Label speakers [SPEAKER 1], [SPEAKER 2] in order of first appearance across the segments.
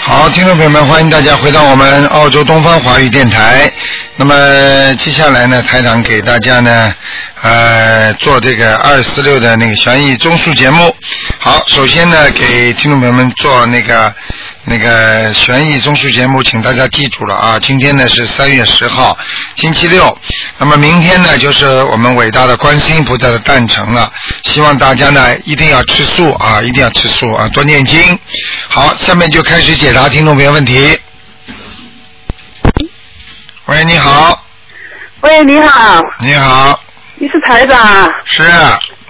[SPEAKER 1] 好，听众朋友们，欢迎大家回到我们澳洲东方华语电台。那么接下来呢，台长给大家呢，呃，做这个二四六的那个悬疑综述节目。好，首先呢，给听众朋友们做那个那个悬疑综述节目，请大家记住了啊。今天呢是三月十号，星期六。那么明天呢，就是我们伟大的观世音菩萨的诞辰了。希望大家呢一定要吃素啊，一定要吃素啊，多念经。好，下面就开始解答听众朋友问题。喂，你好，
[SPEAKER 2] 喂，你好，
[SPEAKER 1] 你好，
[SPEAKER 2] 你是台长啊？
[SPEAKER 1] 是，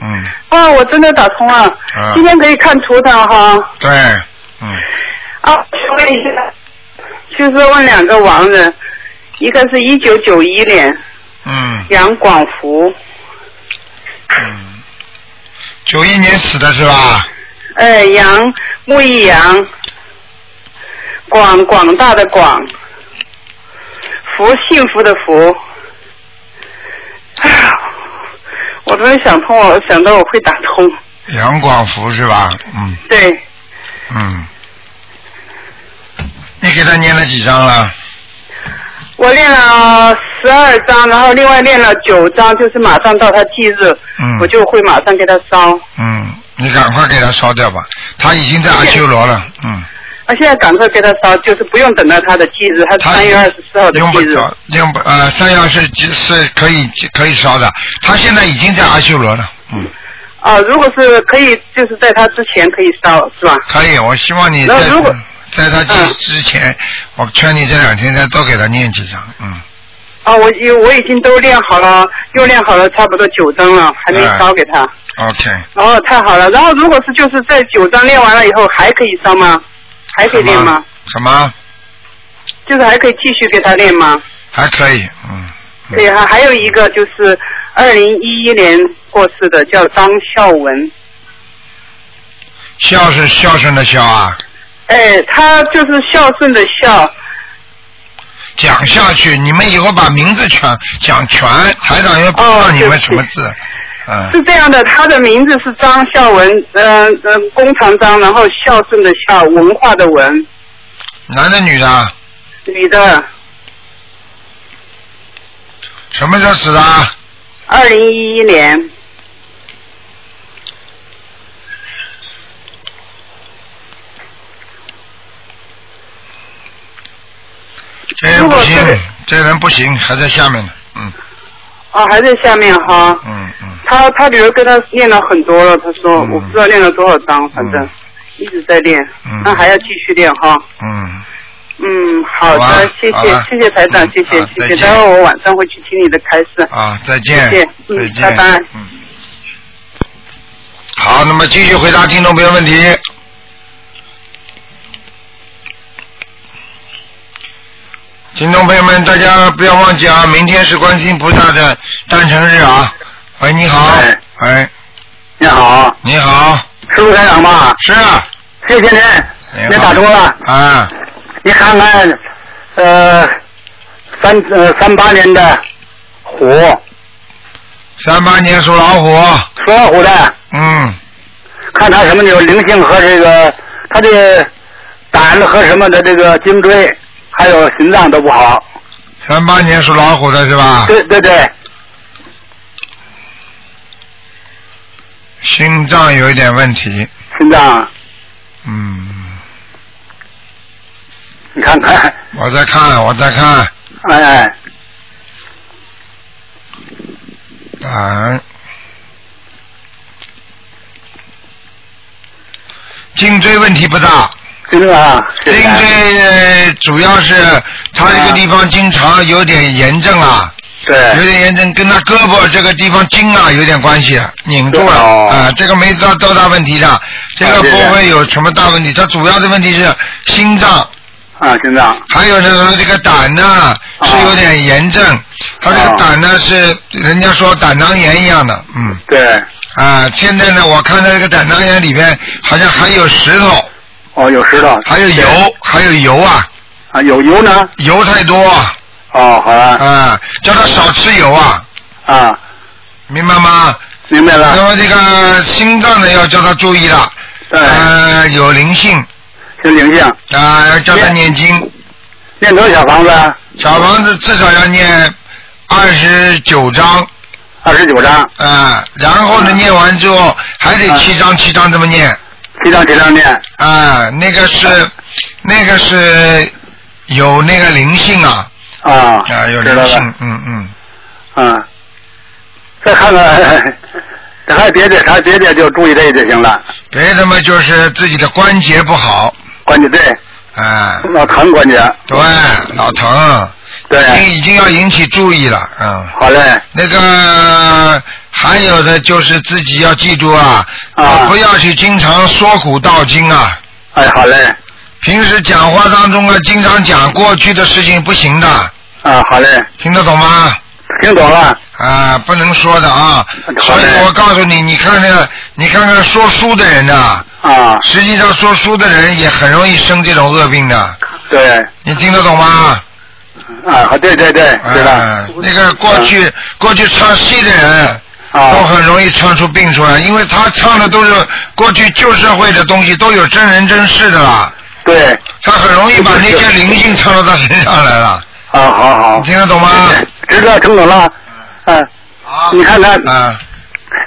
[SPEAKER 1] 嗯，
[SPEAKER 2] 啊，我真的打通了，
[SPEAKER 1] 啊
[SPEAKER 2] 今天可以看图腾哈。
[SPEAKER 1] 对，嗯，
[SPEAKER 2] 啊，请问一下，就是问两个亡人，一个是一九九一年
[SPEAKER 1] 嗯，
[SPEAKER 2] 杨广福，
[SPEAKER 1] 嗯，九一年死的是吧？
[SPEAKER 2] 呃，杨木易杨，广广大的广，福幸福的福。哎呀，我终于想通了，我想到我会打通，
[SPEAKER 1] 杨广福是吧？嗯
[SPEAKER 2] 对，
[SPEAKER 1] 嗯，你给他念了几张了？
[SPEAKER 2] 我练了十二张，然后另外练了九张，就是马上到他忌日，
[SPEAKER 1] 嗯
[SPEAKER 2] 我就会马上给他烧。
[SPEAKER 1] 嗯，你赶快给他烧掉吧，他已经在阿修罗了，嗯，
[SPEAKER 2] 啊，现在赶快给他烧，就是不用等到他的忌日，他
[SPEAKER 1] 他
[SPEAKER 2] 三月二十四号的
[SPEAKER 1] 用
[SPEAKER 2] 忌
[SPEAKER 1] 不
[SPEAKER 2] 日。
[SPEAKER 1] 着，用不呃，三幺是是可以可以烧的，他现在已经在阿修罗了，嗯，
[SPEAKER 2] 啊，如果是可以，就是在他之前可以烧，是吧？
[SPEAKER 1] 可以，我希望你在
[SPEAKER 2] 那如果
[SPEAKER 1] 在他
[SPEAKER 2] 嗯
[SPEAKER 1] 之之前，我劝你这两天再多给他念几张，嗯，
[SPEAKER 2] 啊，我已我已经都练好了，又练好了差不多九张了，还没烧给
[SPEAKER 1] 哎
[SPEAKER 2] 他。
[SPEAKER 1] ，OK，
[SPEAKER 2] 哦，太好了。然后如果是就是在九张练完了以后，还可以烧吗？还可以练吗？
[SPEAKER 1] 什么？
[SPEAKER 2] 就是还可以继续给他练吗？
[SPEAKER 1] 还可以，嗯，嗯
[SPEAKER 2] 对，还还有一个就是二零一一年过世的，叫张孝文。
[SPEAKER 1] 孝是孝顺的孝啊，
[SPEAKER 2] 哎，他就是孝顺的孝。
[SPEAKER 1] 嗯讲下去，你们以后把名字全讲全，台长又不知道
[SPEAKER 2] 哦
[SPEAKER 1] 你们
[SPEAKER 2] 对不起
[SPEAKER 1] 什么字，嗯。
[SPEAKER 2] 是这样的，他的名字是张孝文，嗯、呃、嗯，弓长张，然后孝顺的孝，文化的文，
[SPEAKER 1] 男的女的啊？
[SPEAKER 2] 女的，
[SPEAKER 1] 什么时候死的啊？
[SPEAKER 2] 二零一一年。
[SPEAKER 1] 这人不
[SPEAKER 2] 如果
[SPEAKER 1] 行
[SPEAKER 2] 是，
[SPEAKER 1] 这人不行，还在下面呢。嗯
[SPEAKER 2] 哦，还在下面哈。
[SPEAKER 1] 嗯嗯。
[SPEAKER 2] 他他比如跟他念了很多了，他说、
[SPEAKER 1] 嗯
[SPEAKER 2] 我不知道练了多少张，反正、
[SPEAKER 1] 嗯
[SPEAKER 2] 一直在练，
[SPEAKER 1] 嗯
[SPEAKER 2] 那还要继续练哈。
[SPEAKER 1] 嗯，
[SPEAKER 2] 嗯，好的，
[SPEAKER 1] 好吧
[SPEAKER 2] 谢
[SPEAKER 1] 好
[SPEAKER 2] 谢
[SPEAKER 1] 吧
[SPEAKER 2] 谢谢台长
[SPEAKER 1] 嗯，
[SPEAKER 2] 谢谢
[SPEAKER 1] 好
[SPEAKER 2] 谢
[SPEAKER 1] 再
[SPEAKER 2] 谢，
[SPEAKER 1] 见
[SPEAKER 2] 待会儿我晚上会去听你的开示。
[SPEAKER 1] 啊，再见，
[SPEAKER 2] 谢谢嗯
[SPEAKER 1] 再见，
[SPEAKER 2] 拜拜
[SPEAKER 1] 嗯。好，那么继续回答听众朋友问题。听众朋友们，大家不要忘记啊，明天是观世音菩萨的诞辰日啊。喂，你好
[SPEAKER 3] 哎，
[SPEAKER 1] 喂，
[SPEAKER 3] 你好，
[SPEAKER 1] 你好，
[SPEAKER 3] 是陆台长吧？
[SPEAKER 1] 是啊，
[SPEAKER 3] 谢谢您，
[SPEAKER 1] 你
[SPEAKER 3] 您
[SPEAKER 1] 好
[SPEAKER 3] 打通了。
[SPEAKER 1] 啊，
[SPEAKER 3] 你看看，呃，三呃三八年的虎，
[SPEAKER 1] 三八年属老虎，
[SPEAKER 3] 属老虎的，
[SPEAKER 1] 嗯，
[SPEAKER 3] 看他什么有灵性和这个他的胆和什么的这个颈椎，还有心脏都不好。
[SPEAKER 1] 三八年属老虎的是吧？
[SPEAKER 3] 对对对，
[SPEAKER 1] 心脏有一点问题，
[SPEAKER 3] 心脏，
[SPEAKER 1] 嗯，
[SPEAKER 3] 你看看，
[SPEAKER 1] 我在看，我在看，
[SPEAKER 3] 哎，
[SPEAKER 1] 胆，颈椎问题不大，
[SPEAKER 3] 真的啊，
[SPEAKER 1] 颈
[SPEAKER 3] 谢谢
[SPEAKER 1] 椎呃主要是他这个地方经常有点炎症啊，有
[SPEAKER 3] 对，
[SPEAKER 1] 点炎症，跟他胳膊这个地方筋啊有点关系，拧住了
[SPEAKER 3] 哦
[SPEAKER 1] 啊、这个没到多大问题的，这个
[SPEAKER 3] 啊对的
[SPEAKER 1] 不会有什么大问题，它主要的问题是心脏。
[SPEAKER 3] 啊，心脏，啊
[SPEAKER 1] 还有呢，这个胆呢是有点炎症，他这个胆呢是人家说胆囊炎一样的，嗯
[SPEAKER 3] 对，
[SPEAKER 1] 啊，现在呢我看他这个胆囊炎里边好像还有石头，
[SPEAKER 3] 哦，有石头，
[SPEAKER 1] 还有油，还有油啊，
[SPEAKER 3] 啊，有油呢，
[SPEAKER 1] 油太多啊
[SPEAKER 3] 哦，好了，
[SPEAKER 1] 啊，叫他少吃油啊，
[SPEAKER 3] 啊，
[SPEAKER 1] 明白吗？
[SPEAKER 3] 明白
[SPEAKER 1] 那
[SPEAKER 3] 了，
[SPEAKER 1] 么这个心脏呢要叫他注意了，
[SPEAKER 3] 对，
[SPEAKER 1] 呃，有灵性，
[SPEAKER 4] 是灵性，
[SPEAKER 1] 啊，要叫他念经，
[SPEAKER 4] 念多少小房子啊？
[SPEAKER 1] 小房子至少要念二十九章
[SPEAKER 4] 二十九张，
[SPEAKER 1] 啊，然后呢，念完之后还得七章七章这么念
[SPEAKER 4] 七张七张念。
[SPEAKER 1] 啊，那个是那个是有那个灵性啊
[SPEAKER 4] 啊，
[SPEAKER 1] 啊，有
[SPEAKER 4] 知道
[SPEAKER 1] 灵
[SPEAKER 4] 了。
[SPEAKER 1] 性，嗯嗯，
[SPEAKER 4] 嗯，再看看， 这还有别的，还有别的就注意这就行了。
[SPEAKER 1] 别的嘛就是自己的关节不好，
[SPEAKER 4] 关节对，
[SPEAKER 1] 啊，
[SPEAKER 4] 老疼关节，
[SPEAKER 1] 对，老疼，
[SPEAKER 4] 对，
[SPEAKER 1] 已经已经要引起注意了，嗯。
[SPEAKER 4] 好嘞，
[SPEAKER 1] 那个还有的就是自己要记住啊，
[SPEAKER 4] 啊
[SPEAKER 1] 不要去经常说古道今啊。
[SPEAKER 4] 哎，好嘞，
[SPEAKER 1] 平时讲话当中啊，经常讲过去的事情不行的，
[SPEAKER 4] 啊，好嘞，
[SPEAKER 1] 听得懂吗？
[SPEAKER 4] 听懂了，
[SPEAKER 1] 啊，不能说的啊。
[SPEAKER 4] 好
[SPEAKER 1] 所
[SPEAKER 4] 嘞
[SPEAKER 1] 以我告诉你，你看看，你看看说书的人呐、
[SPEAKER 4] 啊，
[SPEAKER 1] 实际上说书的人也很容易生这种恶病的，
[SPEAKER 4] 对，
[SPEAKER 1] 你听得懂吗？
[SPEAKER 4] 啊，好，对对对，啊
[SPEAKER 1] 啊
[SPEAKER 4] 知道，，
[SPEAKER 1] 那个过去过去唱戏的人，都
[SPEAKER 4] 啊，
[SPEAKER 1] 很容易唱出病出来，因为他唱的都是过去旧社会的东西，都有真人真事的啦。
[SPEAKER 4] 对，
[SPEAKER 1] 他很容易把那些灵性唱到他身上来了，
[SPEAKER 4] 啊，好好
[SPEAKER 1] 你，听得懂吗？
[SPEAKER 4] 知道听懂了，嗯、
[SPEAKER 1] 啊
[SPEAKER 4] 你看看，
[SPEAKER 1] 啊，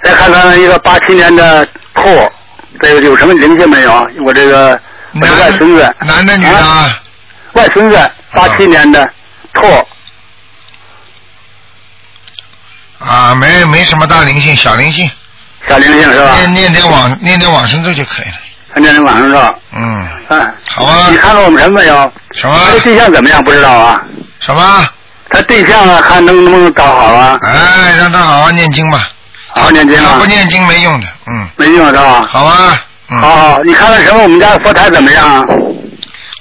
[SPEAKER 4] 再看看一个八七年的兔，这个有什么灵性没有？啊我这个我这
[SPEAKER 1] 男
[SPEAKER 4] 外孙子
[SPEAKER 1] 的，男的女的
[SPEAKER 4] 啊
[SPEAKER 1] 啊，
[SPEAKER 4] 外孙子八七年的兔，
[SPEAKER 1] 啊，没没什么大灵性，小灵性，
[SPEAKER 4] 小灵性是吧？
[SPEAKER 1] 念念点往念点往生咒就可以了。
[SPEAKER 4] 今天晚上是吧？
[SPEAKER 1] 嗯，
[SPEAKER 4] 嗯，
[SPEAKER 1] 好啊
[SPEAKER 4] 你看看我们什么没有？
[SPEAKER 1] 什
[SPEAKER 4] 他
[SPEAKER 1] 么
[SPEAKER 4] 的对象怎么样？不知道啊。
[SPEAKER 1] 什么？
[SPEAKER 4] 他对象啊，看能不能搞好啊？
[SPEAKER 1] 哎，让他好好念经吧，
[SPEAKER 4] 好好念经
[SPEAKER 1] 他
[SPEAKER 4] 啊
[SPEAKER 1] 不，念经没用的，嗯，
[SPEAKER 4] 没用是吧？
[SPEAKER 1] 好吧，嗯，
[SPEAKER 4] 好好，哦你看看什么？我们家的佛台怎么样啊？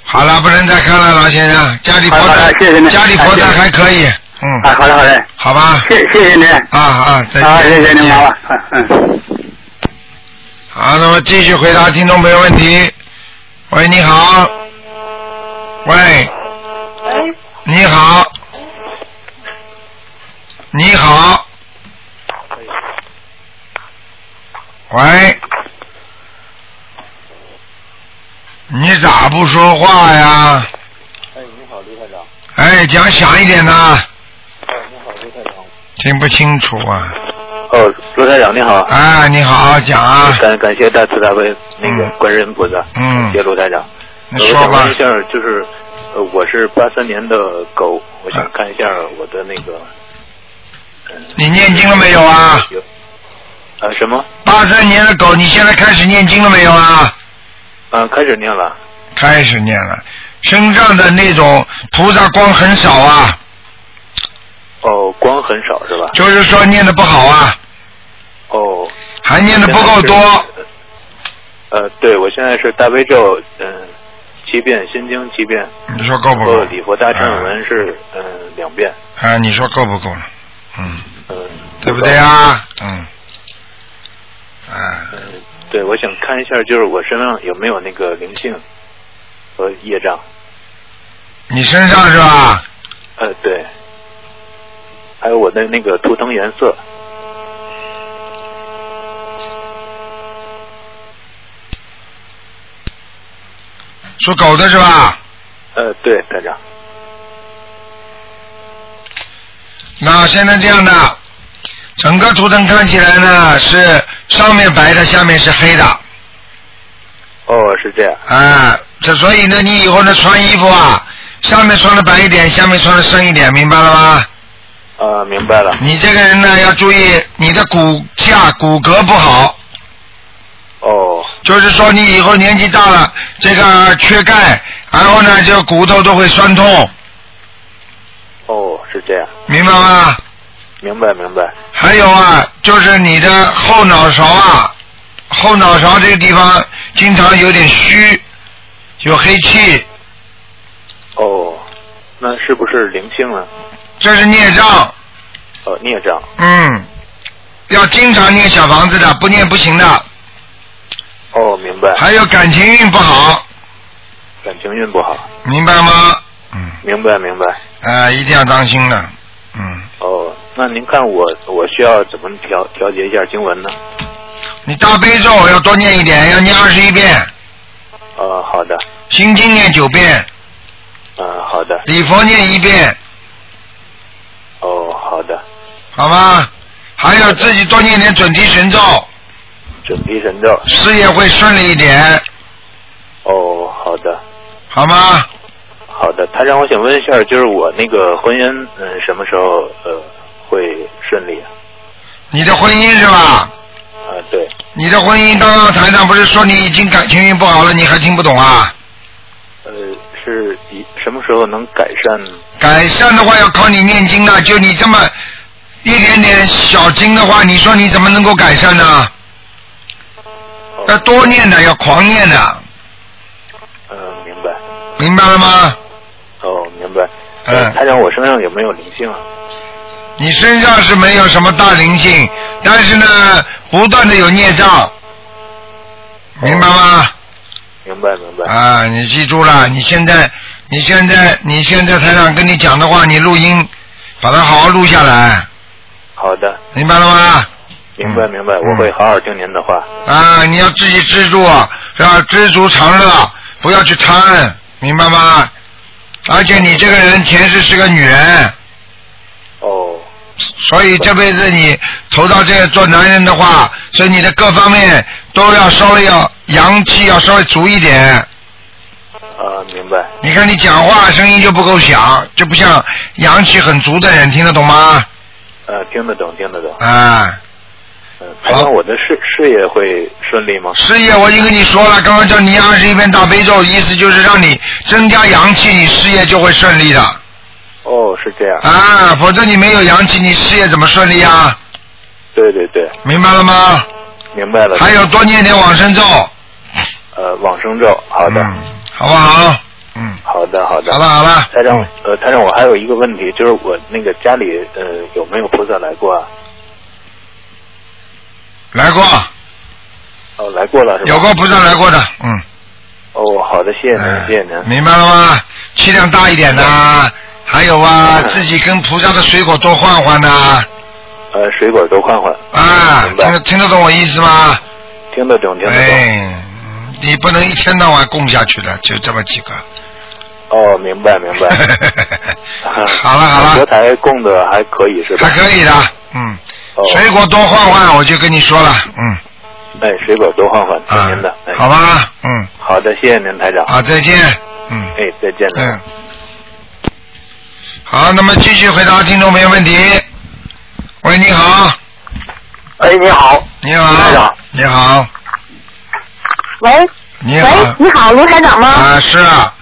[SPEAKER 1] 好了，不能再看了，老先生，家里佛
[SPEAKER 4] 好
[SPEAKER 1] 台
[SPEAKER 4] 的谢谢您，
[SPEAKER 1] 家里佛台还可以，
[SPEAKER 4] 哎，
[SPEAKER 1] 嗯，
[SPEAKER 4] 好嘞好嘞，
[SPEAKER 1] 好吧，
[SPEAKER 4] 谢谢谢您，
[SPEAKER 1] 啊啊，再
[SPEAKER 4] 啊，谢
[SPEAKER 1] 见，
[SPEAKER 4] 谢
[SPEAKER 1] 再
[SPEAKER 4] 您，
[SPEAKER 1] 见
[SPEAKER 4] 麻烦，嗯。
[SPEAKER 1] 好，那么继续回答听众朋友问题。喂，你好。喂，
[SPEAKER 5] 哎
[SPEAKER 1] 哎
[SPEAKER 6] 喂，
[SPEAKER 1] 你好。你好。喂。你咋不说话呀？
[SPEAKER 7] 哎，你好，刘台长。
[SPEAKER 1] 哎，讲响一点呐，
[SPEAKER 7] 哎，你好，刘台长。
[SPEAKER 1] 听不清楚啊。
[SPEAKER 7] 哦，刘台长你好。
[SPEAKER 1] 啊，你好好讲啊，
[SPEAKER 7] 感感谢大慈大悲那个
[SPEAKER 1] 嗯
[SPEAKER 7] 观世音菩萨，
[SPEAKER 1] 嗯
[SPEAKER 7] 感谢卢台长。
[SPEAKER 1] 你
[SPEAKER 7] 呃我
[SPEAKER 1] 说
[SPEAKER 7] 想
[SPEAKER 1] 吧
[SPEAKER 7] 问一。下，就是呃，我是八三年的狗，我想看一下我的那个
[SPEAKER 1] 啊你念经了没有啊？
[SPEAKER 7] 有呃什么？
[SPEAKER 1] 八三年的狗，你现在开始念经了没有啊？
[SPEAKER 7] 嗯、开始念了。
[SPEAKER 1] 开始念了，身上的那种菩萨光很少啊，
[SPEAKER 7] 哦，光很少是吧？
[SPEAKER 1] 就是说念的不好啊，
[SPEAKER 7] 哦，
[SPEAKER 1] 还念的不够多。
[SPEAKER 7] 现在是。呃，对，我现在是大悲咒，嗯、七遍心经七遍，
[SPEAKER 1] 你说哦够不
[SPEAKER 7] 然
[SPEAKER 1] 够
[SPEAKER 7] 后？礼佛大忏悔文是嗯、呃两遍，
[SPEAKER 1] 啊，你说够不够了？嗯，
[SPEAKER 7] 嗯、
[SPEAKER 1] 对不对啊？嗯，啊，
[SPEAKER 7] 嗯，对，我想看一下，就是我身上有没有那个灵性和业障。
[SPEAKER 1] 你身上是吧？
[SPEAKER 7] 呃，对，还有我的那个图腾颜色。
[SPEAKER 1] 属狗的是吧？
[SPEAKER 7] 呃，对，台长。
[SPEAKER 1] 那现在这样的，整个图腾看起来呢是上面白的，下面是黑的。
[SPEAKER 7] 哦，是这样。
[SPEAKER 1] 啊，这所以呢，你以后呢穿衣服啊，上面穿的白一点，下面穿的深一点，明白了吗？
[SPEAKER 7] 呃，明白了。
[SPEAKER 1] 你这个人呢要注意你的骨架骨骼不好，
[SPEAKER 7] 哦，
[SPEAKER 1] 就是说你以后年纪大了，这个缺钙，然后呢就骨头都会酸痛，
[SPEAKER 7] 哦，是这样。
[SPEAKER 1] 明白吗？
[SPEAKER 7] 明白，明白。
[SPEAKER 1] 还有啊，就是你的后脑勺啊，后脑勺这个地方经常有点虚，有黑气，
[SPEAKER 7] 哦，那是不是灵性呢？
[SPEAKER 1] 这是孽障，
[SPEAKER 7] 呃，孽障。
[SPEAKER 1] 嗯，要经常念小房子的，不念不行的。
[SPEAKER 7] 哦，明白。
[SPEAKER 1] 还有感情运不好，
[SPEAKER 7] 感情运不好。
[SPEAKER 1] 明白吗？嗯，
[SPEAKER 7] 明白，明白。
[SPEAKER 1] 呃，一定要当心的。嗯，
[SPEAKER 7] 哦，那您看我我需要怎么调调节一下经文呢？
[SPEAKER 1] 你大悲咒要多念一点，要念二十一遍。
[SPEAKER 7] 呃，好的。
[SPEAKER 1] 心经念九遍，
[SPEAKER 7] 嗯，好的。
[SPEAKER 1] 礼佛念一遍，
[SPEAKER 7] 哦，好的。
[SPEAKER 1] 好吗？还有自己多念点准提神咒，
[SPEAKER 7] 准提神咒。
[SPEAKER 1] 事业会顺利一点，
[SPEAKER 7] 哦，好的，
[SPEAKER 1] 好吗？
[SPEAKER 7] 好的。他让我想问一下，就是我那个婚姻，嗯，什么时候呃会顺利啊？
[SPEAKER 1] 你的婚姻是吧？
[SPEAKER 7] 啊，对，
[SPEAKER 1] 你的婚姻，刚刚台上不是说你已经感情运不好了，你还听不懂啊？
[SPEAKER 7] 呃，是一什么时候能改善？
[SPEAKER 1] 改善的话要靠你念经了，就你这么一点点小经的话，你说你怎么能够改善呢？
[SPEAKER 7] 哦
[SPEAKER 1] 要多念的，要狂念的，
[SPEAKER 7] 嗯，明白。
[SPEAKER 1] 明白了吗？
[SPEAKER 7] 哦，明白。
[SPEAKER 1] 嗯
[SPEAKER 7] 他让我身上有没有灵性啊？
[SPEAKER 1] 你身上是没有什么大灵性，但是呢，不断的有孽障，明白吗？
[SPEAKER 7] 明白，明白。
[SPEAKER 1] 啊，你记住了，你现在，你现在，你现在台长跟你讲的话，你录音，把它好好录下来，
[SPEAKER 7] 好的，
[SPEAKER 1] 明白了吗？
[SPEAKER 7] 明白，
[SPEAKER 1] 嗯
[SPEAKER 7] 明白。
[SPEAKER 1] 嗯
[SPEAKER 7] 我会好好听您的话。
[SPEAKER 1] 啊，你要自己知足，要知足常乐，不要去贪，明白吗？而且你这个人前世是个女人，
[SPEAKER 7] 哦，
[SPEAKER 1] 所以这辈子你投到这个做男人的话，所以你的各方面都要稍微要阳气要稍微足一点。
[SPEAKER 7] 啊，明白。
[SPEAKER 1] 你看你讲话声音就不够响，就不像阳气很足的人，听得懂吗？
[SPEAKER 7] 呃，听得懂，听得懂。
[SPEAKER 1] 啊，
[SPEAKER 7] 嗯，他让我的事事业会顺利吗？
[SPEAKER 1] 事业我已经跟你说了，刚刚叫你念二十一遍大悲咒，意思就是让你增加阳气，你事业就会顺利的。
[SPEAKER 7] 哦，是这样。
[SPEAKER 1] 啊，否则你没有阳气，你事业怎么顺利啊？
[SPEAKER 7] 对对对，
[SPEAKER 1] 明白了吗？
[SPEAKER 7] 明白了。
[SPEAKER 1] 还有多念点往生咒。
[SPEAKER 7] 呃，往生咒，好的，
[SPEAKER 1] 嗯好不好？嗯，
[SPEAKER 7] 好的，好的。
[SPEAKER 1] 好了好了。
[SPEAKER 7] 台长
[SPEAKER 1] 嗯，
[SPEAKER 7] 呃，台长，我还有一个问题，就是我那个家里呃有没有菩萨来过啊？
[SPEAKER 1] 来过，
[SPEAKER 7] 哦，来过了是吧？
[SPEAKER 1] 有过菩萨来过的，嗯。
[SPEAKER 7] 哦，好的，谢谢您，
[SPEAKER 1] 嗯
[SPEAKER 7] 谢谢您。
[SPEAKER 1] 明白了吗？气量大一点呐、还有啊，
[SPEAKER 7] 嗯
[SPEAKER 1] 自己跟菩萨的水果多换换呐、
[SPEAKER 7] 呃，水果都换换。
[SPEAKER 1] 啊，听
[SPEAKER 7] 明白
[SPEAKER 1] 得。听得懂我意思吗？
[SPEAKER 7] 听得懂，听得懂。
[SPEAKER 1] 哎，嗯你不能一天到晚供下去的，就这么几个。
[SPEAKER 7] 哦，明白，明白。
[SPEAKER 1] 好了好
[SPEAKER 7] 佛
[SPEAKER 1] 了，
[SPEAKER 7] 台供的还可以是吧
[SPEAKER 1] 还？可以的，嗯，
[SPEAKER 7] 哦，
[SPEAKER 1] 水果多换换，我就跟你说了，嗯
[SPEAKER 7] 哎，水果多换换，听您的
[SPEAKER 1] 啊。，
[SPEAKER 7] 哎，
[SPEAKER 1] 好吧，嗯，
[SPEAKER 7] 好的，谢谢您，台长。
[SPEAKER 1] 好，再见，嗯
[SPEAKER 7] 哎，再见。
[SPEAKER 1] 嗯，好，那么继续回答听众朋友问题。喂，你好，
[SPEAKER 4] 哎，你好，
[SPEAKER 1] 你
[SPEAKER 4] 台
[SPEAKER 1] 好
[SPEAKER 4] 长，
[SPEAKER 1] 你好，
[SPEAKER 6] 喂，
[SPEAKER 1] 你
[SPEAKER 6] 喂
[SPEAKER 1] 好，，
[SPEAKER 6] 你好，卢台长吗？
[SPEAKER 1] 啊是啊，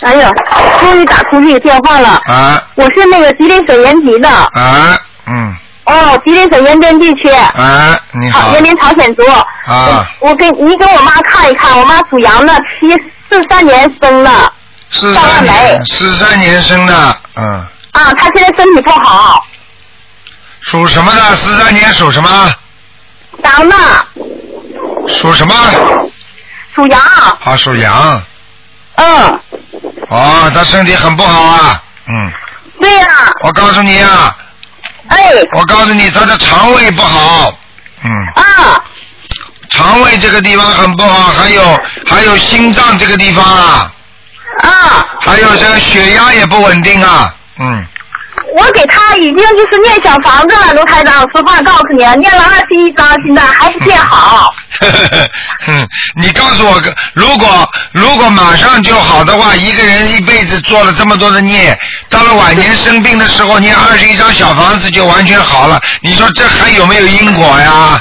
[SPEAKER 6] 哎呀，终于打通这个电话了。
[SPEAKER 1] 啊
[SPEAKER 6] 我是那个吉林省延吉的，
[SPEAKER 1] 啊，嗯
[SPEAKER 6] 哦，吉林省延边地区，
[SPEAKER 1] 啊，你好
[SPEAKER 6] 延边朝鲜族。
[SPEAKER 1] 啊，
[SPEAKER 6] 我给你给我妈看一看，我妈属羊的，七四三年生的，
[SPEAKER 1] 四
[SPEAKER 6] 上
[SPEAKER 1] 三
[SPEAKER 6] 岸
[SPEAKER 1] 年
[SPEAKER 6] 来
[SPEAKER 1] 四三年生的，嗯，
[SPEAKER 6] 啊，她现在身体不好，
[SPEAKER 1] 属什么的？四三年属什么？
[SPEAKER 6] 羊的，
[SPEAKER 1] 属什么？
[SPEAKER 6] 属羊，
[SPEAKER 1] 啊，属羊。
[SPEAKER 6] 嗯，
[SPEAKER 1] 哦，他身体很不好啊。嗯，
[SPEAKER 6] 对呀、
[SPEAKER 1] 我告诉你啊，
[SPEAKER 6] 哎，
[SPEAKER 1] 我告诉你，他的肠胃不好。嗯，
[SPEAKER 6] 啊，
[SPEAKER 1] 肠胃这个地方很不好，还有还有心脏这个地方啊，
[SPEAKER 6] 啊，
[SPEAKER 1] 还有这个血压也不稳定啊。 嗯，
[SPEAKER 6] 我给她已经就是念小房子了，卢台长，实话告诉你，念了二十一章，现在还不见好，
[SPEAKER 1] 嗯，你告诉我，如果如果马上就好的话，一个人一辈子做了这么多的孽，到了晚年生病的时候，念二十一张小房子就完全好了，你说这还有没有因果呀？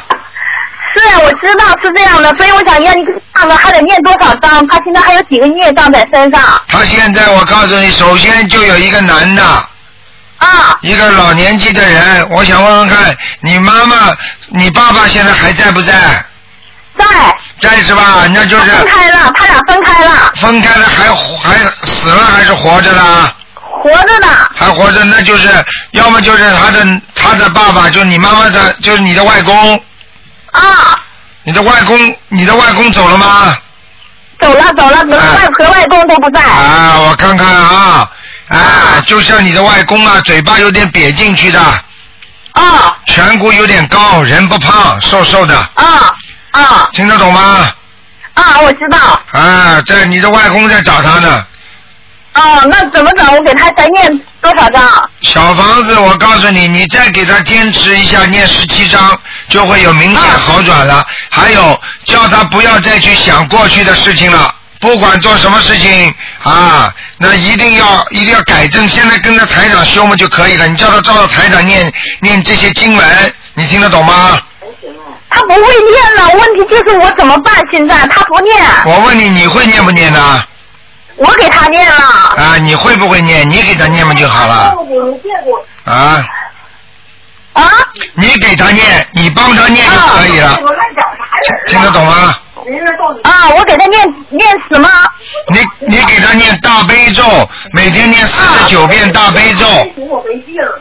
[SPEAKER 6] 是，我知道是这样的，所以我想让你看看还得念多少章，他现在还有几个孽障在身上
[SPEAKER 1] 他现在我告诉你，首先就有一个男的，
[SPEAKER 6] 啊？
[SPEAKER 1] 一个老年纪的人，我想问问看，你妈妈、你爸爸现在还在不在？
[SPEAKER 6] 在，
[SPEAKER 1] 在是吧？人家就
[SPEAKER 6] 他
[SPEAKER 1] 是
[SPEAKER 6] 分开了，他俩分开了，
[SPEAKER 1] 分开了，还活还死了还是活着啦？
[SPEAKER 6] 活着呢。
[SPEAKER 1] 还活着，那就是要么就是他的他的爸爸，就是你妈妈的，就是你的外公，
[SPEAKER 6] 啊，
[SPEAKER 1] 你的外公，你的外公走了吗？
[SPEAKER 6] 走了走了，
[SPEAKER 1] 哎
[SPEAKER 6] 外和外公都不在。
[SPEAKER 1] 啊，我看看啊，啊，就像你的外公啊，嘴巴有点瘪进去的，
[SPEAKER 6] 啊
[SPEAKER 1] 颧骨有点高，人不胖，瘦瘦的，
[SPEAKER 6] 啊啊
[SPEAKER 1] 听得懂吗？
[SPEAKER 6] 啊，我知道。
[SPEAKER 1] 啊，在你的外公在找他呢。
[SPEAKER 6] 哦，那怎么整？我给他再念多少张？
[SPEAKER 1] 小房子，我告诉你，你再给他坚持一下，念十七章，就会有明显好转了。还有，叫他不要再去想过去的事情了，不管做什么事情啊，那一定要一定要改正。现在跟着台长修嘛就可以了，你叫他照着台长念念这些经文，你听得懂吗？
[SPEAKER 6] 他不会念了，问题就是我怎么办？现在他不念，
[SPEAKER 1] 我问你，你会念不念呢？
[SPEAKER 6] 我给他念了。
[SPEAKER 1] 啊，你会不会念？你给他念不就好了？啊，
[SPEAKER 6] 啊？
[SPEAKER 1] 你给他念，你帮他念就可以了，听得懂吗？
[SPEAKER 6] 啊，我给他念念什么？
[SPEAKER 1] 你你给他念大悲咒，每天念四十九遍大悲咒，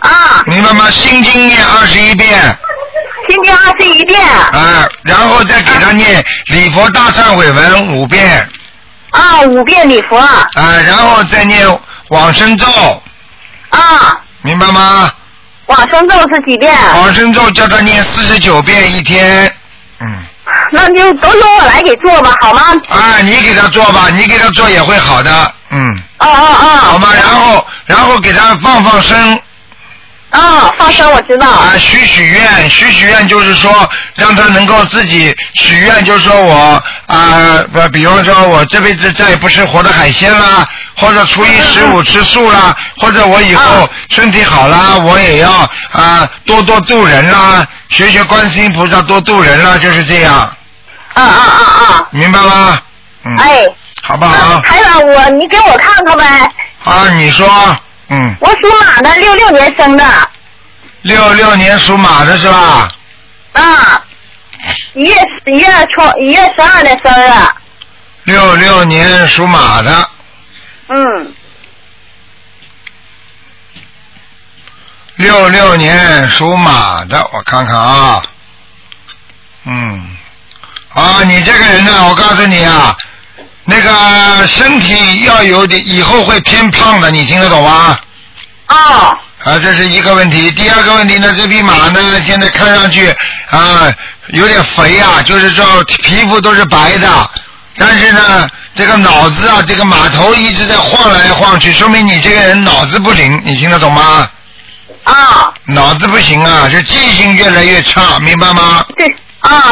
[SPEAKER 6] 啊，
[SPEAKER 1] 明白吗？心经念二十一遍，
[SPEAKER 6] 心经二十一遍，
[SPEAKER 1] 啊，然后再给他念礼佛大忏悔文五遍，
[SPEAKER 6] 啊，五遍礼佛，
[SPEAKER 1] 啊，然后再念往生咒，
[SPEAKER 6] 啊，
[SPEAKER 1] 明白吗？
[SPEAKER 6] 往生咒是几遍？
[SPEAKER 1] 往生咒叫他念四十九遍一天，嗯，
[SPEAKER 6] 那就都由我来给做吧，好吗？
[SPEAKER 1] 啊，你给他做吧，你给他做也会好的，嗯，
[SPEAKER 6] 哦哦哦，
[SPEAKER 1] 好吗？然后然后给他放放生，
[SPEAKER 6] 啊，放生我知道。
[SPEAKER 1] 啊，许许愿，许许愿就是说，让他能够自己许愿，就是说我啊，呃比方说我这辈子再也不吃活的海鲜啦，或者初一十五吃素啦，或者我以
[SPEAKER 6] 啊
[SPEAKER 1] 后身体好啦，我也要啊多多度人啦，学学观世音菩萨多度人啦，就是这样，
[SPEAKER 6] 啊啊啊
[SPEAKER 1] 明白吗？嗯
[SPEAKER 6] 啊！，哎，
[SPEAKER 1] 好不
[SPEAKER 6] 那
[SPEAKER 1] 好？
[SPEAKER 6] 台长我，你给我看看呗。
[SPEAKER 1] 啊，你说，嗯，
[SPEAKER 6] 我属马的，六六年生的，
[SPEAKER 1] 六六年属马的是吧？
[SPEAKER 6] 啊，一月十一月初一月十二的生日，
[SPEAKER 1] 六六年属马的，
[SPEAKER 6] 嗯，
[SPEAKER 1] 六六年属马的，我看看啊，嗯，啊，你这个人呢，我告诉你啊，那个身体要有点，以后会偏胖的，你听得懂吗？
[SPEAKER 6] 哦，
[SPEAKER 1] 啊，这是一个问题。第二个问题呢，这匹马呢，现在看上去啊有点肥啊，就是说皮肤都是白的，但是呢，这个脑子啊，这个马头一直在晃来晃去，说明你这个人脑子不灵，你听得懂吗？
[SPEAKER 6] 啊，
[SPEAKER 1] 脑子不行啊，就记性越来越差，明白吗？
[SPEAKER 6] 对，啊，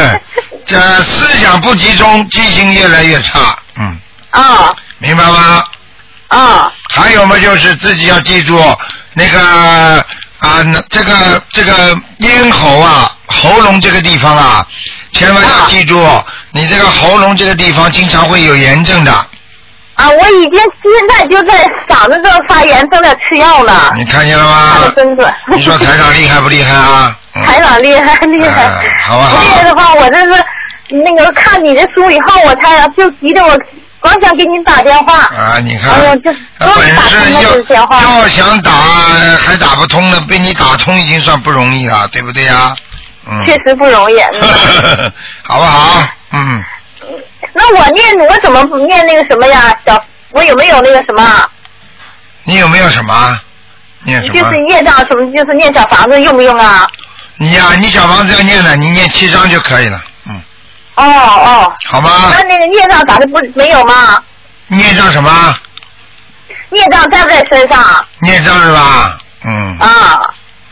[SPEAKER 1] 这思想不集中，记性越来越差，嗯，
[SPEAKER 6] 啊
[SPEAKER 1] 明白吗？
[SPEAKER 6] 啊
[SPEAKER 1] 还有嘛，就是自己要记住那个啊，那这个这个咽喉啊，喉咙这个地方啊，千万要
[SPEAKER 6] 啊
[SPEAKER 1] 记住，你这个喉咙这个地方经常会有炎症的，
[SPEAKER 6] 啊！我已经现在就在嗓子这儿发炎，正在吃药呢，
[SPEAKER 1] 你看见了 吗
[SPEAKER 6] 看的？真准。
[SPEAKER 1] 你说台长厉害不厉害啊？嗯
[SPEAKER 6] 台长厉害厉害，
[SPEAKER 1] 啊好吧好吧
[SPEAKER 6] 所以的话，我这是那个看你的书以后，我才就急得我光想给你打电话。
[SPEAKER 1] 啊，你看，
[SPEAKER 6] 哎呦这
[SPEAKER 1] 呃本身
[SPEAKER 6] 终于打通了这个
[SPEAKER 1] 要
[SPEAKER 6] 电话
[SPEAKER 1] 要想打呃还打不通呢，被你打通已经算不容易了，对不对呀？嗯，
[SPEAKER 6] 确实不容易。 嗯
[SPEAKER 1] 好不好？嗯，
[SPEAKER 6] 那我念我怎么不念那个什么呀？小我有没有那个什么？
[SPEAKER 1] 你有没有什么？念什
[SPEAKER 6] 就
[SPEAKER 1] 么
[SPEAKER 6] 是？业障什么，就是念小房子用不用啊？
[SPEAKER 1] 你呀、你小房子要念的，你念七章就可以了，嗯，
[SPEAKER 6] 哦哦，
[SPEAKER 1] 好吗
[SPEAKER 6] 那？那个业障咋的不没有吗？
[SPEAKER 1] 念障什么？
[SPEAKER 6] 业障在不在身上
[SPEAKER 1] 念障是吧？嗯，
[SPEAKER 6] 啊？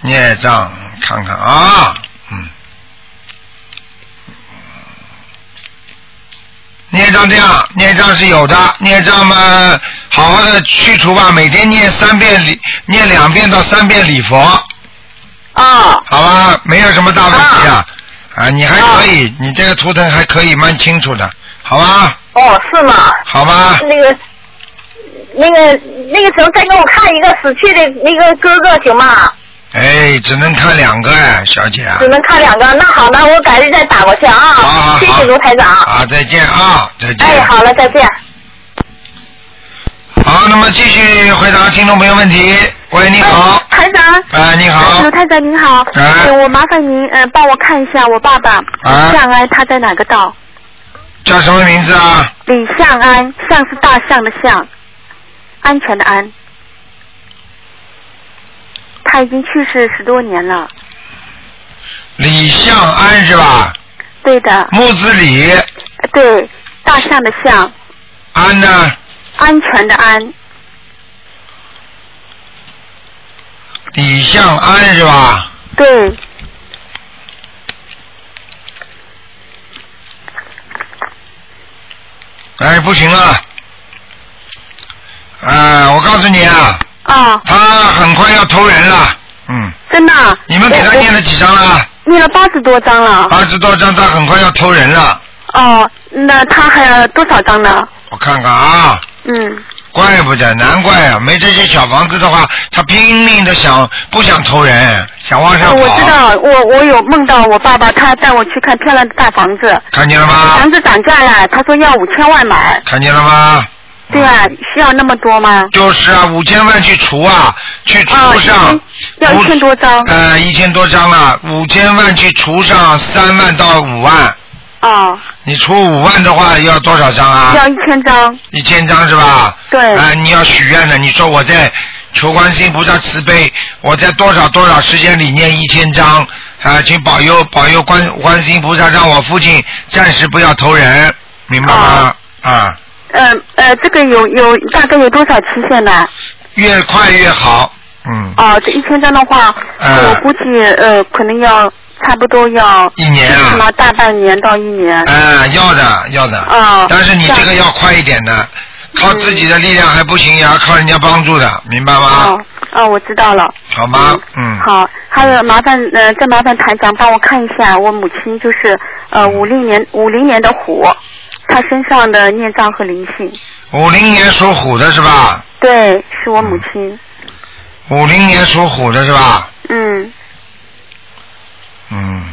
[SPEAKER 1] 念障，看看啊，嗯，念障这样，念障是有的，念障嘛，好好的去除吧，每天念三遍礼，念两遍到三遍礼佛，
[SPEAKER 6] 啊
[SPEAKER 1] 好吧，没有什么大问题啊，啊，你还可以，你这个图腾还可以，蛮清楚的，好吧，
[SPEAKER 6] 哦是吗？
[SPEAKER 1] 好吧，
[SPEAKER 6] 那个那个那个什么，再给我看一个死去的那个哥哥行吗？
[SPEAKER 1] 哎，只能看两个哎，小姐啊
[SPEAKER 6] 只，能看两个。那好，那我改日再打过去啊。
[SPEAKER 1] 好好
[SPEAKER 6] 谢谢
[SPEAKER 1] 好
[SPEAKER 6] 卢台长。
[SPEAKER 1] 啊，再见啊，再见。
[SPEAKER 6] 哎，好了，再见。
[SPEAKER 1] 好，那么继续回答听众朋友问题。喂，你好，
[SPEAKER 8] 台长，
[SPEAKER 1] 哎，你好
[SPEAKER 8] 刘，台长您好，
[SPEAKER 1] 哎
[SPEAKER 8] 呃我麻烦您呃帮我看一下我爸爸
[SPEAKER 1] 哎
[SPEAKER 8] 向安他在哪个道？
[SPEAKER 1] 叫什么名字啊？
[SPEAKER 8] 李向安，向是大象的象，安全的安。他已经去世十多年了，
[SPEAKER 1] 李向安是吧？
[SPEAKER 8] 对的，
[SPEAKER 1] 木子李，
[SPEAKER 8] 对，大象的象，
[SPEAKER 1] 安呢？
[SPEAKER 8] 安全的安，
[SPEAKER 1] 李向安是吧？
[SPEAKER 8] 对，
[SPEAKER 1] 哎，不行了。啊，我告诉你啊，
[SPEAKER 8] 啊，
[SPEAKER 1] 他很快要投人了。嗯，
[SPEAKER 8] 真的啊。
[SPEAKER 1] 你们给他
[SPEAKER 8] 我
[SPEAKER 1] 念了几张啊了？
[SPEAKER 8] 我念了八十多张了。
[SPEAKER 1] 八十多张，他很快要投人了。
[SPEAKER 8] 哦，那他还有多少张呢？
[SPEAKER 1] 我看看啊，
[SPEAKER 8] 嗯，
[SPEAKER 1] 怪不得，难怪啊，没这些小房子的话，他拼命的想不想投人，想往上
[SPEAKER 8] 呃
[SPEAKER 1] 跑。啊
[SPEAKER 8] 我知道，我我有梦到我爸爸，他带我去看漂亮的大房子，
[SPEAKER 1] 看见了吗
[SPEAKER 8] 房？子涨价了，他说要五千万买，
[SPEAKER 1] 看见了吗？
[SPEAKER 8] 对吧？需要那么多吗？
[SPEAKER 1] 就是啊，五千万去除啊，去
[SPEAKER 8] 啊，
[SPEAKER 1] 除上，
[SPEAKER 8] 要一千多张。
[SPEAKER 1] 呃，一千多张了，五千万去除上三万到五万，
[SPEAKER 8] 哦，
[SPEAKER 1] 你除五万的话要多少张啊？
[SPEAKER 8] 要一千张。
[SPEAKER 1] 一千张是吧？
[SPEAKER 8] 对
[SPEAKER 1] 啊、你要许愿的，你说我在求观世音菩萨慈悲，我在多少多少时间里念一千张，啊、请保佑保佑观观世音菩萨，让我父亲暂时不要投人，明白吗？啊，
[SPEAKER 8] 呃呃，这个有有大概有多少期限呢？
[SPEAKER 1] 越快越好，嗯，
[SPEAKER 8] 哦，这一千张的话，
[SPEAKER 1] 呃
[SPEAKER 8] 我估计呃可能要差不多要
[SPEAKER 1] 一年啊
[SPEAKER 8] 起码大半年到一年。
[SPEAKER 1] 啊，要的要的，
[SPEAKER 8] 哦嗯
[SPEAKER 1] 但是你这个要快一点的，靠自己的力量还不行，也要靠人家帮助的，明白吗？
[SPEAKER 8] 哦哦，我知道了。
[SPEAKER 1] 好吗？呃嗯，
[SPEAKER 8] 好，还有麻烦呃，再麻烦台长帮我看一下，我母亲就是
[SPEAKER 1] 嗯
[SPEAKER 8] 呃五零年五零年的虎，她身上的孽障和灵性，
[SPEAKER 1] 五零年属虎的是吧？
[SPEAKER 8] 对，是我母亲，
[SPEAKER 1] 五零年属虎的是吧？
[SPEAKER 8] 嗯，
[SPEAKER 1] 嗯，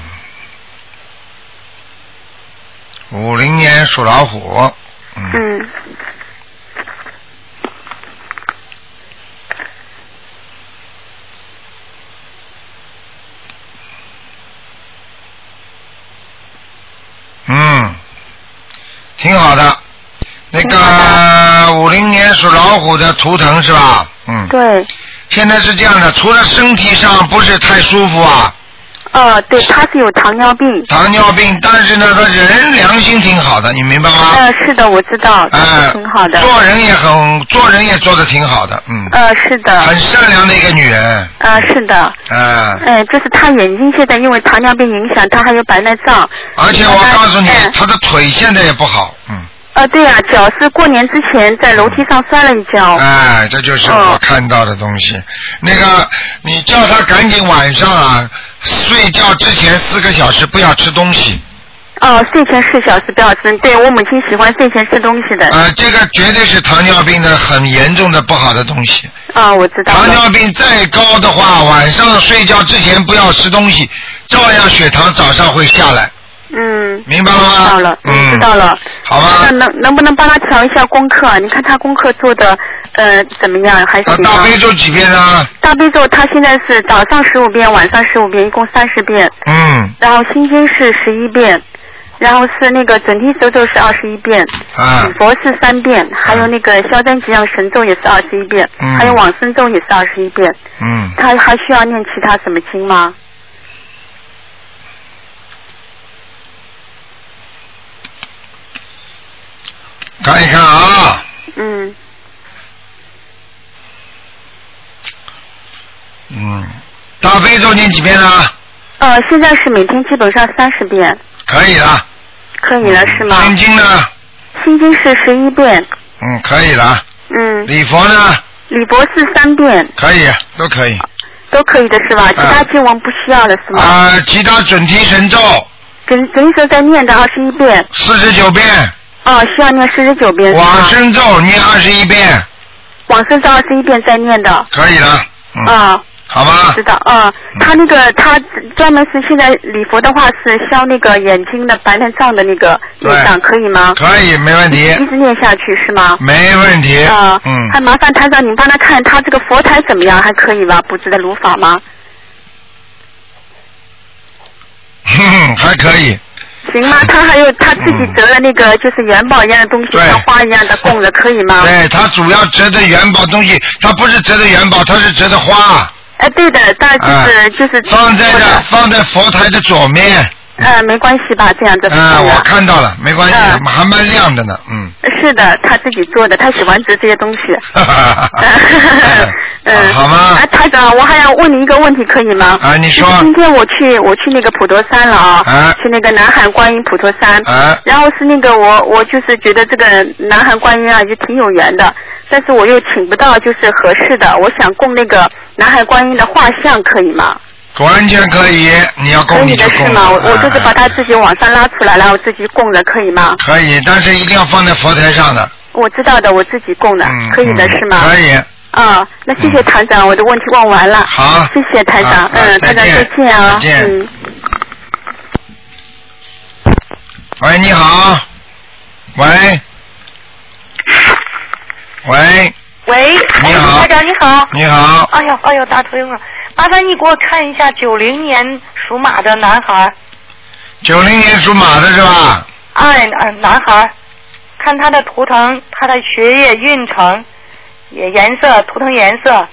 [SPEAKER 1] 五零年属老虎，嗯，
[SPEAKER 8] 嗯，
[SPEAKER 1] 嗯，挺好的。那
[SPEAKER 8] 挺好
[SPEAKER 1] 个五零年属老虎的图腾是吧？嗯，
[SPEAKER 8] 对，
[SPEAKER 1] 现在是这样的，除了身体上不是太舒服啊，
[SPEAKER 8] 呃，对，她是有糖尿病，
[SPEAKER 1] 糖尿
[SPEAKER 8] 嗯
[SPEAKER 1] 病，但是呢，他人良心挺好的，你明白吗？
[SPEAKER 8] 呃，是的，我知道，
[SPEAKER 1] 哎、
[SPEAKER 8] 她挺好的，
[SPEAKER 1] 做人也很，做人也做的挺好的，嗯，
[SPEAKER 8] 呃，是的
[SPEAKER 1] 很，善良的一个女人，
[SPEAKER 8] 呃，是的，
[SPEAKER 1] 啊、
[SPEAKER 8] 呃，就是她眼睛现在因为糖尿病影响，她还有白内障，
[SPEAKER 1] 而且我告诉你
[SPEAKER 8] 哎，
[SPEAKER 1] 她的腿现在也不好，嗯，
[SPEAKER 8] 呃，对啊，脚是过年之前在楼梯上摔了一跤，
[SPEAKER 1] 哎，这就是我
[SPEAKER 8] 哦
[SPEAKER 1] 看到的东西。那个，你叫她赶紧晚上啊，睡觉之前四个小时不要吃东西，
[SPEAKER 8] 哦，睡前四小时不要吃。对我母亲喜欢睡前吃东西的。啊、
[SPEAKER 1] 呃，这个绝对是糖尿病的很严重的不好的东西。
[SPEAKER 8] 啊我知道
[SPEAKER 1] 糖
[SPEAKER 8] 了。
[SPEAKER 1] 尿病再高的话，晚上睡觉之前不要吃东西，照样血糖早上会下来，
[SPEAKER 8] 嗯，
[SPEAKER 1] 明白了
[SPEAKER 8] 知
[SPEAKER 1] 吗？
[SPEAKER 8] 道了，
[SPEAKER 1] 嗯，
[SPEAKER 8] 知道。了。
[SPEAKER 1] 好吧
[SPEAKER 8] 那，能能不能帮他调一下功课？你看他功课做的呃怎么样？还
[SPEAKER 1] 啊，
[SPEAKER 8] 行
[SPEAKER 1] 大
[SPEAKER 8] 吗？
[SPEAKER 1] 悲咒几遍啊？
[SPEAKER 8] 大悲咒他现在是早上十五遍，晚上十五遍，一共三十遍。
[SPEAKER 1] 嗯，
[SPEAKER 8] 然后心经是十一遍，然后是那个准提神咒是二十一遍，
[SPEAKER 1] 啊
[SPEAKER 8] 礼，佛是三遍，还有那个消灾吉祥神咒也是二十一遍，
[SPEAKER 1] 嗯
[SPEAKER 8] 还有往生咒也是二十一遍。
[SPEAKER 1] 嗯，
[SPEAKER 8] 他还需要念其他什么经吗？
[SPEAKER 1] 看一看啊，
[SPEAKER 8] 嗯，
[SPEAKER 1] 嗯，大悲咒念几遍呢？
[SPEAKER 8] 呃，现在是每天基本上三十遍，
[SPEAKER 1] 可以了。
[SPEAKER 8] 可以了是吗？
[SPEAKER 1] 心经呢？
[SPEAKER 8] 心经是十一遍，
[SPEAKER 1] 嗯，可以了。
[SPEAKER 8] 嗯，
[SPEAKER 1] 礼佛呢？
[SPEAKER 8] 李博是三遍，
[SPEAKER 1] 可以，都可以。
[SPEAKER 8] 都可以的是吧？其他经文不需要了是吗？
[SPEAKER 1] 啊，其他准提神咒
[SPEAKER 8] 准准蛇在念的二十一遍，
[SPEAKER 1] 四十九遍，
[SPEAKER 8] 哦，需要念四十九遍是
[SPEAKER 1] 往
[SPEAKER 8] 吗？
[SPEAKER 1] 生咒念二十一遍，
[SPEAKER 8] 往生咒二十一遍在念的，
[SPEAKER 1] 可以了。嗯，
[SPEAKER 8] 啊、
[SPEAKER 1] 好吧
[SPEAKER 8] 知。道啊、
[SPEAKER 1] 嗯
[SPEAKER 8] 他那个他专门是现在礼佛的话是消那个眼睛的白内障的那个
[SPEAKER 1] 对
[SPEAKER 8] 内障，可以吗？
[SPEAKER 1] 可以，没问题。
[SPEAKER 8] 一直念下去是吗？
[SPEAKER 1] 没问题。
[SPEAKER 8] 啊，还
[SPEAKER 1] 嗯，
[SPEAKER 8] 麻烦台长您帮他看他这个佛台怎么样，还可以吧？布置的如法吗？
[SPEAKER 1] 还可以。
[SPEAKER 8] 行 吗？他还有他自己折了那个就是元宝一样的东西，
[SPEAKER 1] 对
[SPEAKER 8] 像花一样的供着，可以吗？
[SPEAKER 1] 对，哎它主要折的元宝东西，它不是折的元宝，它是折的花，
[SPEAKER 8] 哎，对的，但就是、就是
[SPEAKER 1] 放在的
[SPEAKER 8] 我的
[SPEAKER 1] 放在佛台的左面。
[SPEAKER 8] 呃，没关系吧？这样子。
[SPEAKER 1] 啊、我看到了，没关系，
[SPEAKER 8] 嗯
[SPEAKER 1] 还蛮亮的呢， 嗯，
[SPEAKER 8] 是的，他自己做的，他喜欢吃这些东西。
[SPEAKER 1] 哈哈哈哈
[SPEAKER 8] 嗯，
[SPEAKER 1] 好吗
[SPEAKER 8] 哎、？台长，我还想问你一个问题，可以吗？
[SPEAKER 1] 啊你说
[SPEAKER 8] 就是今天我去我去那个普陀山了啊，
[SPEAKER 1] 啊
[SPEAKER 8] 去那个南海观音普陀山。
[SPEAKER 1] 啊
[SPEAKER 8] 然后是那个我我就是觉得这个南海观音啊也挺有缘的，但是我又请不到就是合适的，我想供那个南海观音的画像，可以吗？
[SPEAKER 1] 完全可以，你要
[SPEAKER 8] 可
[SPEAKER 1] 啊供
[SPEAKER 8] 以
[SPEAKER 1] 你
[SPEAKER 8] 的
[SPEAKER 1] 就是供。
[SPEAKER 8] 吗？我我就是把它
[SPEAKER 1] 哎
[SPEAKER 8] 自己往上拉出来，然后自己供着，可以吗？
[SPEAKER 1] 可以，但是一定要放在佛台上的，
[SPEAKER 8] 我知道的，我自己供的，
[SPEAKER 1] 嗯，
[SPEAKER 8] 可以的
[SPEAKER 1] 嗯
[SPEAKER 8] 是吗？
[SPEAKER 1] 可以，嗯
[SPEAKER 8] 啊，那谢谢台长，我的问题问完了。
[SPEAKER 1] 好
[SPEAKER 8] 谢谢台长，
[SPEAKER 1] 啊啊
[SPEAKER 8] 嗯，
[SPEAKER 1] 再
[SPEAKER 8] 台长
[SPEAKER 1] 见
[SPEAKER 8] 见啊，
[SPEAKER 1] 再见
[SPEAKER 8] 嗯。
[SPEAKER 1] 喂，你好，喂，喂，
[SPEAKER 5] 喂，哎
[SPEAKER 1] 你好
[SPEAKER 5] 台长你好。
[SPEAKER 1] 你好，
[SPEAKER 5] 哎呦哎呦，打通了，麻烦你给我看一下九零年属马的男孩，
[SPEAKER 1] 九零年属马的是吧？
[SPEAKER 5] 哎，呃男孩，看他的图腾，他的学业运程，也颜色，图腾颜色，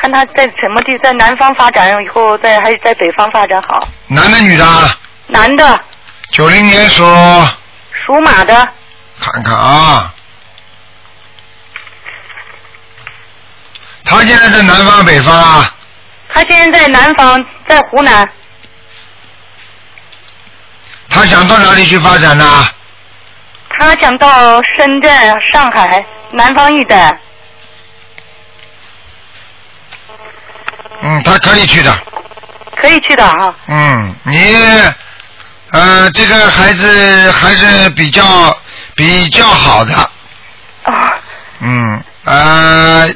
[SPEAKER 5] 看他在什么地，在南方发展，以后在还是在北方发展好。
[SPEAKER 1] 男的女的？
[SPEAKER 5] 男的，
[SPEAKER 1] 九零年属，
[SPEAKER 5] 属马的，
[SPEAKER 1] 看看啊，他现在在南方北方啊？
[SPEAKER 5] 他现在在南方，在湖南，
[SPEAKER 1] 他想到哪里去发展呢？
[SPEAKER 5] 他想到深圳、上海、南方一带。
[SPEAKER 1] 嗯，他可以去的。
[SPEAKER 5] 可以去的啊，
[SPEAKER 1] 嗯，你呃，这个孩子还是比较比较好的。
[SPEAKER 5] 啊，
[SPEAKER 1] 嗯，呃，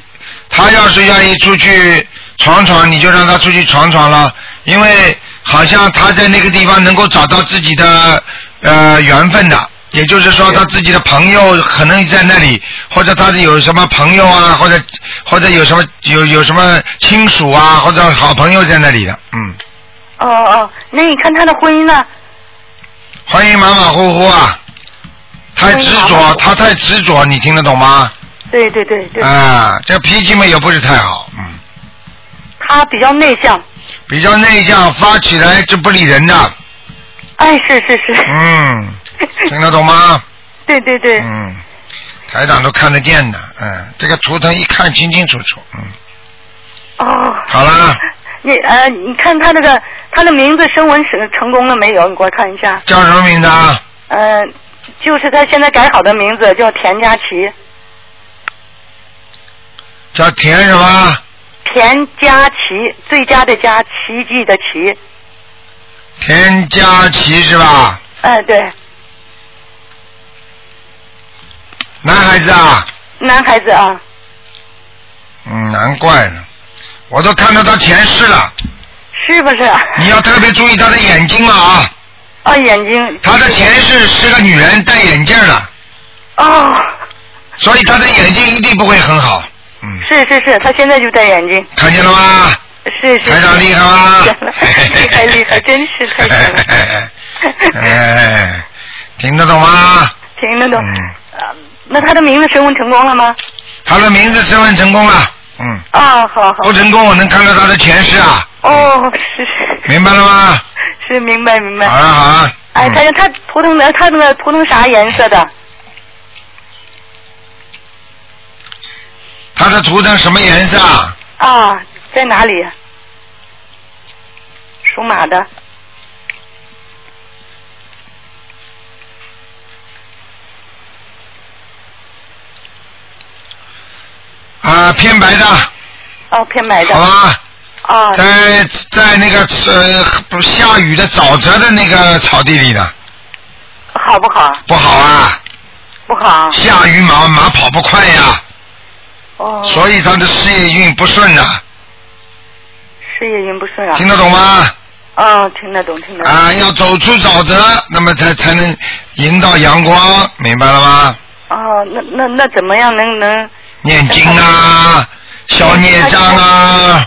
[SPEAKER 1] 他要是愿意出去闯闯，你就让他出去闯闯了，因为好像他在那个地方能够找到自己的呃缘分的。也就是说，他自己的朋友可能在那里，或者他是有什么朋友啊，或者或者有什么有有什么亲属啊，或者好朋友在那里的，嗯，
[SPEAKER 5] 哦哦，那你看他的婚姻呢？
[SPEAKER 1] 婚姻马马虎虎啊，太执
[SPEAKER 5] 婚姻马马
[SPEAKER 1] 着，
[SPEAKER 5] 虎
[SPEAKER 1] 他太执着，你听得懂吗？
[SPEAKER 5] 对对对对，
[SPEAKER 1] 啊，这脾气嘛也不是太好，嗯，
[SPEAKER 5] 他比较内向。
[SPEAKER 1] 比较内向，发起来就不理人的，
[SPEAKER 5] 哎，是是是，
[SPEAKER 1] 嗯，听得懂吗？
[SPEAKER 5] 对对对，
[SPEAKER 1] 嗯，台长都看得见的，嗯，这个图腾一看清清楚楚，嗯，
[SPEAKER 5] 哦，
[SPEAKER 1] 好啦，
[SPEAKER 5] 你呃，你看他那个他的名字声纹成成功了没有？你给我看一下，
[SPEAKER 1] 叫什么名字啊？
[SPEAKER 5] 呃，就是他现在改好的名字叫田佳琪，
[SPEAKER 1] 叫田什么？
[SPEAKER 5] 田佳琪，最佳的佳，奇迹的奇，
[SPEAKER 1] 田佳琪是吧？
[SPEAKER 5] 哎、对，
[SPEAKER 1] 男孩子啊，
[SPEAKER 5] 男孩子啊，
[SPEAKER 1] 嗯，难怪了，我都看到他前世了，
[SPEAKER 5] 是不是？
[SPEAKER 1] 你要特别注意他的眼睛了啊。
[SPEAKER 5] 啊，眼睛，
[SPEAKER 1] 他的前世是个女人，戴眼镜了，
[SPEAKER 5] 哦，
[SPEAKER 1] 所以他的眼睛一定不会很好。嗯，
[SPEAKER 5] 是是是，他现在就戴眼镜。
[SPEAKER 1] 看见了吗？
[SPEAKER 5] 是是，
[SPEAKER 1] 台长厉害吗？。
[SPEAKER 5] 厉害厉害，真是太强了
[SPEAKER 1] 哎，听得懂吗？
[SPEAKER 5] 听得懂。
[SPEAKER 1] 嗯
[SPEAKER 5] 呃那他的名字申问成功了吗？
[SPEAKER 1] 他的名字申问成功了，嗯，
[SPEAKER 5] 啊，好好。
[SPEAKER 1] 不成功我能看到他的前世啊，
[SPEAKER 5] 哦，是
[SPEAKER 1] 明白了吗？
[SPEAKER 5] 是明白明
[SPEAKER 1] 好
[SPEAKER 5] 白。
[SPEAKER 1] 了好了，
[SPEAKER 5] 哎，他
[SPEAKER 1] 嗯
[SPEAKER 5] 他图腾的，他那个图腾啥颜色的？
[SPEAKER 1] 他的图腾什么颜色啊？
[SPEAKER 5] 啊，在哪里？属马的。
[SPEAKER 1] 啊，偏白的，
[SPEAKER 5] 哦，偏白的
[SPEAKER 1] 好。吧，
[SPEAKER 5] 啊，
[SPEAKER 1] 在在那个呃不下雨的沼泽的那个草地里的，
[SPEAKER 5] 好不好？
[SPEAKER 1] 不好啊。
[SPEAKER 5] 不好。
[SPEAKER 1] 下雨马马跑不快呀，
[SPEAKER 5] 哦。
[SPEAKER 1] 所以他的事业运不顺呐，
[SPEAKER 5] 事业运不顺啊。
[SPEAKER 1] 听得懂吗？
[SPEAKER 5] 嗯，听得懂，听得懂。
[SPEAKER 1] 啊，要走出沼泽，那么才才能迎到阳光，明白了吗？
[SPEAKER 5] 哦，那那那怎么样能能？
[SPEAKER 1] 念经啊，消孽障啊，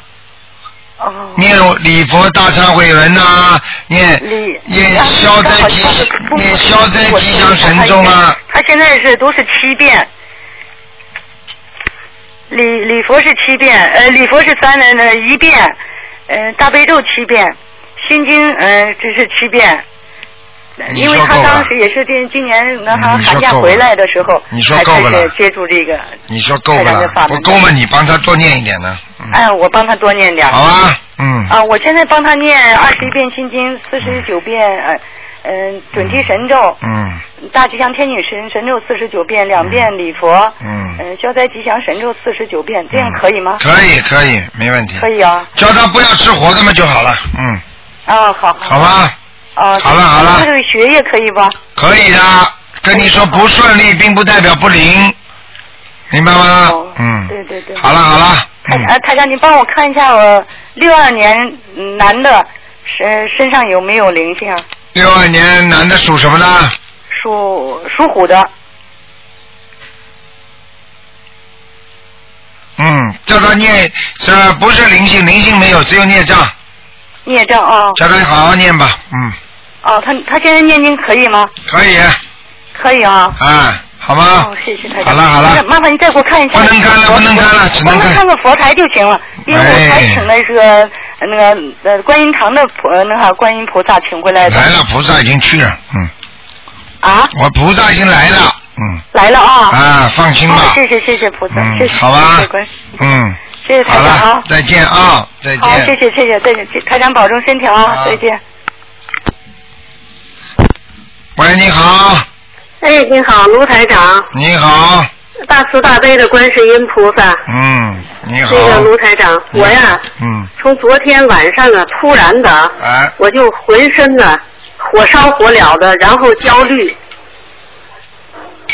[SPEAKER 5] 哦。
[SPEAKER 1] 念礼佛大忏悔文呐、念
[SPEAKER 5] 李
[SPEAKER 1] 念消灾吉念消灾吉祥神咒啊，
[SPEAKER 5] 他现在是都是七遍，礼礼佛是七遍，呃，礼佛是三呃那一遍，呃，大悲咒七遍，心经嗯、呃这是七遍，
[SPEAKER 1] 你
[SPEAKER 5] 因为
[SPEAKER 1] 说
[SPEAKER 5] 他
[SPEAKER 1] 够
[SPEAKER 5] 当
[SPEAKER 1] 了，
[SPEAKER 5] 时也是今今年那寒
[SPEAKER 1] 你说
[SPEAKER 5] 寒假
[SPEAKER 1] 够了
[SPEAKER 5] 回来的时候，
[SPEAKER 1] 你说
[SPEAKER 5] 才
[SPEAKER 1] 够了
[SPEAKER 5] 开始接触这个，
[SPEAKER 1] 你说够不
[SPEAKER 5] 台长
[SPEAKER 1] 啦
[SPEAKER 5] 的法？门
[SPEAKER 1] 不够嘛，你帮他多念一点呢。嗯
[SPEAKER 5] 哎，我帮他多念点儿。
[SPEAKER 1] 好啊，嗯，
[SPEAKER 5] 啊，我现在帮他念二十一遍心经，四十九遍呃嗯、准提神咒，
[SPEAKER 1] 嗯
[SPEAKER 5] 大吉祥天女神神咒四十九遍，两遍礼佛，
[SPEAKER 1] 嗯，
[SPEAKER 5] 嗯消灾吉祥神咒四十九遍，这样可以吗？
[SPEAKER 1] 可以可以，没问题
[SPEAKER 5] 可。以啊，
[SPEAKER 1] 叫他不要吃活的嘛就好了，嗯，
[SPEAKER 5] 啊好
[SPEAKER 1] 好吧，
[SPEAKER 5] 啊，
[SPEAKER 1] 好了好了
[SPEAKER 5] 这个学业可以吧？
[SPEAKER 1] 可以的。跟你说不顺利，并不代表不灵，明白吗
[SPEAKER 5] 哦？
[SPEAKER 1] 嗯，
[SPEAKER 5] 对对对
[SPEAKER 1] 好了好了，
[SPEAKER 5] 台
[SPEAKER 1] 嗯，
[SPEAKER 5] 啊，台长，你帮我看一下我六二年嗯男的身身上有没有灵性啊？
[SPEAKER 1] 六二年男的属什么呢？
[SPEAKER 5] 属属虎的，
[SPEAKER 1] 嗯，叫他念，这不是灵性，灵性没有，只有孽障，
[SPEAKER 5] 孽障啊
[SPEAKER 1] 叫他好好念吧，嗯，
[SPEAKER 5] 啊，他他现在念经可以吗？
[SPEAKER 1] 可以
[SPEAKER 5] 可以啊。
[SPEAKER 1] 啊，好吗
[SPEAKER 5] 哦，？谢谢台长。
[SPEAKER 1] 好了好了，
[SPEAKER 5] 麻烦你再给我看一下。
[SPEAKER 1] 不能看了不能看了只能看哎
[SPEAKER 5] 我看个佛台就行了，因为我还请了这个呃那个呃观音堂的菩呃那个观音菩萨请回来的
[SPEAKER 1] 来了，菩萨已经去了，嗯，
[SPEAKER 5] 啊，
[SPEAKER 1] 我菩萨已经来了，嗯，
[SPEAKER 5] 来了啊。
[SPEAKER 1] 啊，放心
[SPEAKER 5] 哦
[SPEAKER 1] 吧，
[SPEAKER 5] 谢谢谢谢菩萨，
[SPEAKER 1] 嗯
[SPEAKER 5] 谢谢
[SPEAKER 1] 好吧
[SPEAKER 5] 谢谢观
[SPEAKER 1] 嗯，
[SPEAKER 5] 谢谢台
[SPEAKER 1] 好
[SPEAKER 5] 长
[SPEAKER 1] 了
[SPEAKER 5] 啊，。
[SPEAKER 1] 再见啊，再
[SPEAKER 5] 好，谢
[SPEAKER 1] 见。
[SPEAKER 5] 谢谢谢，再见，台长保重身体啊，
[SPEAKER 1] 好
[SPEAKER 5] 再见。
[SPEAKER 1] 喂，你好，
[SPEAKER 3] 哎，你好，卢台长，
[SPEAKER 1] 你好，
[SPEAKER 3] 大慈大悲的观世音菩萨，
[SPEAKER 1] 嗯，你好
[SPEAKER 3] 那，个卢台长，
[SPEAKER 1] 嗯
[SPEAKER 3] 我呀，，
[SPEAKER 1] 嗯，
[SPEAKER 3] 从昨天晚上啊，突然的啊，
[SPEAKER 1] 哎，
[SPEAKER 3] 我就浑身呢火烧火燎的，然后焦虑，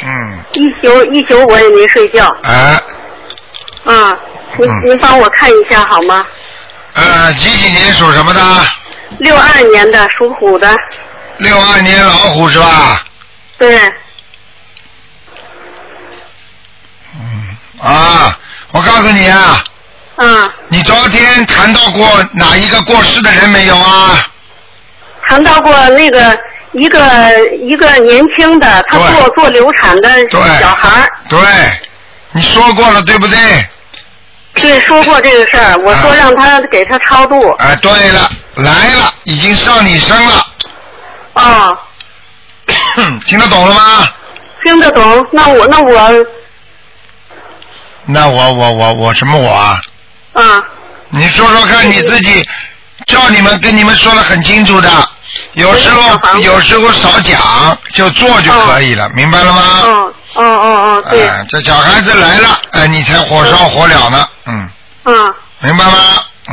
[SPEAKER 1] 嗯，
[SPEAKER 3] 一宿一宿我也没睡觉
[SPEAKER 1] 哎，
[SPEAKER 3] 啊。您
[SPEAKER 1] 嗯
[SPEAKER 3] 您帮我看一下好吗？
[SPEAKER 1] 呃，几几年属什么的？
[SPEAKER 3] 六二年的属虎的，
[SPEAKER 1] 六二年老虎是吧？
[SPEAKER 3] 对，
[SPEAKER 1] 啊，我告诉你啊，
[SPEAKER 3] 啊，
[SPEAKER 1] 你昨天谈到过哪一个过世的人没有啊？
[SPEAKER 3] 谈到过那个一个一个年轻的，他
[SPEAKER 1] 对
[SPEAKER 3] 做做流产的
[SPEAKER 1] 对
[SPEAKER 3] 小孩儿，
[SPEAKER 1] 对，你说过了对不对？
[SPEAKER 3] 对，说过这个事儿，我说
[SPEAKER 1] 啊
[SPEAKER 3] 让他给他超度，
[SPEAKER 1] 啊，对了，来了，已经上你身了， 嗯
[SPEAKER 3] 哦。
[SPEAKER 1] 听得懂了吗？
[SPEAKER 3] 听得懂？那我那我
[SPEAKER 1] 那我我我我什么我啊？
[SPEAKER 3] 啊
[SPEAKER 1] 你说说看你自己，叫你们跟你们说的很清楚的，有时
[SPEAKER 3] 我有小
[SPEAKER 1] 候
[SPEAKER 3] 房子
[SPEAKER 1] 有时候少讲，就做就可以了，明白了吗？
[SPEAKER 3] 哦哦哦哦，
[SPEAKER 1] 哎、
[SPEAKER 3] 对，
[SPEAKER 1] 这小孩子来了，哎、你才火烧火燎呢，嗯，
[SPEAKER 3] 嗯，
[SPEAKER 1] 明白吗？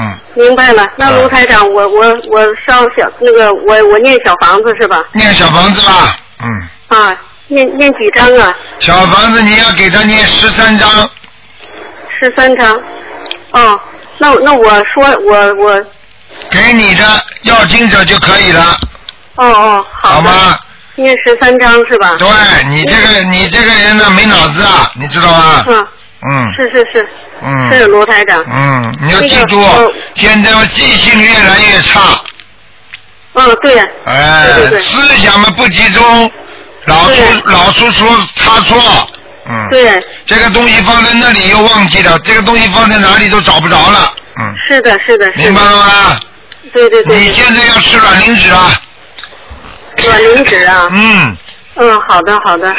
[SPEAKER 1] 嗯，
[SPEAKER 3] 明白了。那
[SPEAKER 1] 哎
[SPEAKER 3] 卢台长，我我我烧小那个我我念小房子是吧？
[SPEAKER 1] 念小房子吧，嗯，
[SPEAKER 3] 啊，念念几张啊？
[SPEAKER 1] 小房子你要给他念十三章，
[SPEAKER 3] 十三张。哦，那那我说我我
[SPEAKER 1] 给你的要经者就可以了，
[SPEAKER 3] 哦哦
[SPEAKER 1] 好
[SPEAKER 3] 好的，
[SPEAKER 1] 吗？
[SPEAKER 3] 念十三张是吧？
[SPEAKER 1] 对你这个你这个人呢没脑子啊，你知道吗？
[SPEAKER 3] 嗯，
[SPEAKER 1] 嗯
[SPEAKER 3] 是是是
[SPEAKER 1] 嗯，
[SPEAKER 3] 是卢台长。
[SPEAKER 1] 嗯，你要
[SPEAKER 3] 那个
[SPEAKER 1] 记住，
[SPEAKER 3] 呃
[SPEAKER 1] 现在我记性越来越差，
[SPEAKER 3] 嗯，对，
[SPEAKER 1] 哎，
[SPEAKER 3] 对对对
[SPEAKER 1] 思想嘛不集中，老出
[SPEAKER 3] 对
[SPEAKER 1] 老出出差错，嗯，
[SPEAKER 3] 对，
[SPEAKER 1] 这个东西放在那里又忘记了，这个东西放在哪里都找不着了，嗯，
[SPEAKER 3] 是的，是的，是
[SPEAKER 1] 明白
[SPEAKER 3] 的，
[SPEAKER 1] 了吗？
[SPEAKER 3] 对对
[SPEAKER 1] 你
[SPEAKER 3] 对，
[SPEAKER 1] 现在要吃软磷脂了，
[SPEAKER 3] 软磷脂啊，
[SPEAKER 1] 嗯，
[SPEAKER 3] 嗯，好的好的，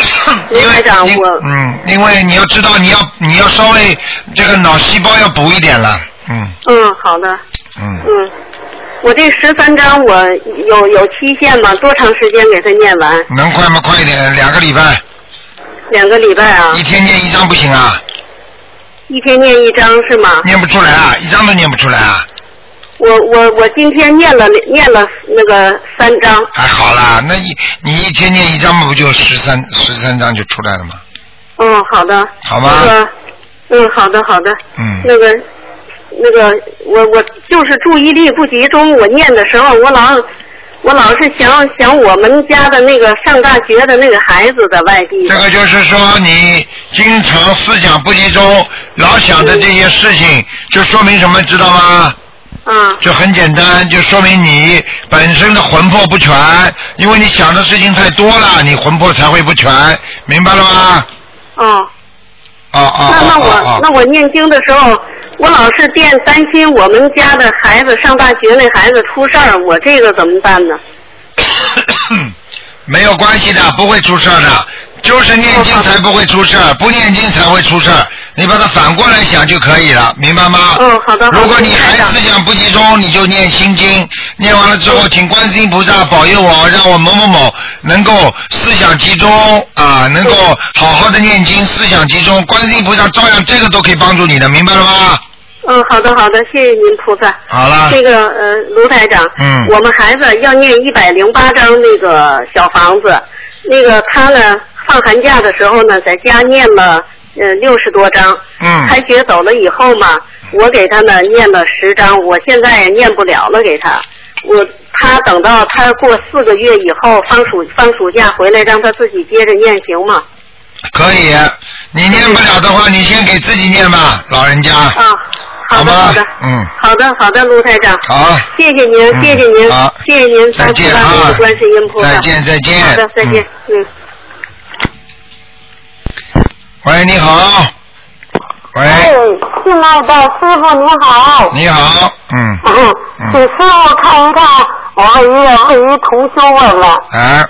[SPEAKER 3] 卢
[SPEAKER 1] 因
[SPEAKER 3] 台
[SPEAKER 1] 为
[SPEAKER 3] 长
[SPEAKER 1] 因
[SPEAKER 3] 我
[SPEAKER 1] 嗯，因为你要知道你要你要稍微这个脑细胞要补一点了，嗯
[SPEAKER 3] 嗯好的。
[SPEAKER 1] 嗯，
[SPEAKER 3] 嗯，我这十三章我有有期限吗？多长时间给他念完？
[SPEAKER 1] 能快吗？快一点，两个礼拜，
[SPEAKER 3] 两个礼拜啊
[SPEAKER 1] 一，天念一张不行啊。
[SPEAKER 3] 一天念一章是吗？
[SPEAKER 1] 念不出来啊，一张都念不出来啊！
[SPEAKER 3] 我我我今天念了念了那个三章，
[SPEAKER 1] 还好啦，那一你一天念一张嘛，不就十三十三张就出来了吗？
[SPEAKER 3] 嗯，好的，
[SPEAKER 1] 好吗
[SPEAKER 3] 那个，嗯，好的好的，
[SPEAKER 1] 嗯，
[SPEAKER 3] 那个那个我我就是注意力不集中，我念的时候我老我老是想想我们家的那个上大学的那个孩子在外地
[SPEAKER 1] 这，个就是说你经常思想不集中，老想着这些事情，就说明什么知道吗？
[SPEAKER 3] 嗯
[SPEAKER 1] 就很简单，就说明你本身的魂魄不全，因为你想的事情太多了，你魂魄才会不全，明白了吗？
[SPEAKER 3] 哦。
[SPEAKER 1] 哦哦
[SPEAKER 3] 那那
[SPEAKER 1] 哦
[SPEAKER 3] 我
[SPEAKER 1] 哦
[SPEAKER 3] 那我念经的时候，我老是惦担心我们家的孩子上大学那孩子出事儿，我这个怎么办呢？
[SPEAKER 1] 没有关系的，不会出事儿的，就是念经才不会出事儿，不念经才会出事儿。你把它反过来想就可以了，明白吗？
[SPEAKER 3] 嗯，好的。好的
[SPEAKER 1] 如果你还思想不集中，你就念心经，念完了之
[SPEAKER 3] 嗯
[SPEAKER 1] 后，请观世音菩萨保佑我，让我某某某能够思想集中啊，能够
[SPEAKER 3] 嗯
[SPEAKER 1] 好好的念经，思想集中。观世音菩萨照样这个都可以帮助你的，明白了吗？
[SPEAKER 3] 嗯，好的好的，谢谢您菩萨。
[SPEAKER 1] 好了，
[SPEAKER 3] 那个呃，卢台长，
[SPEAKER 1] 嗯
[SPEAKER 3] 我们孩子要念一百零八张那个小房子，那个他呢放寒假的时候呢，在家念了呃六十多张，
[SPEAKER 1] 嗯
[SPEAKER 3] 开学走了以后嘛，我给他呢念了十张，我现在也念不了了给他，我他等到他过四个月以后放暑放暑假回来，让他自己接着念行吗？
[SPEAKER 1] 可以。你念不了的话，你先给自己念吧，老人家，
[SPEAKER 3] 啊，好的
[SPEAKER 1] 吗
[SPEAKER 3] 好的，？
[SPEAKER 1] 嗯，
[SPEAKER 3] 好的好的，卢台长。
[SPEAKER 1] 好，
[SPEAKER 3] 谢谢您，谢谢您，
[SPEAKER 1] 嗯好
[SPEAKER 3] 谢谢您，
[SPEAKER 1] 再见
[SPEAKER 3] 发菩萨
[SPEAKER 1] 啊
[SPEAKER 3] 给观世音菩萨，
[SPEAKER 1] 再见再见。
[SPEAKER 3] 好的，再见
[SPEAKER 1] 嗯。，
[SPEAKER 3] 嗯。
[SPEAKER 1] 喂，你好。
[SPEAKER 9] 哎
[SPEAKER 1] 喂，，
[SPEAKER 9] 亲爱哎的师傅您好，
[SPEAKER 1] 你好，嗯，
[SPEAKER 9] 嗯请师傅看一看，我一个位于同修问了，
[SPEAKER 1] 哎，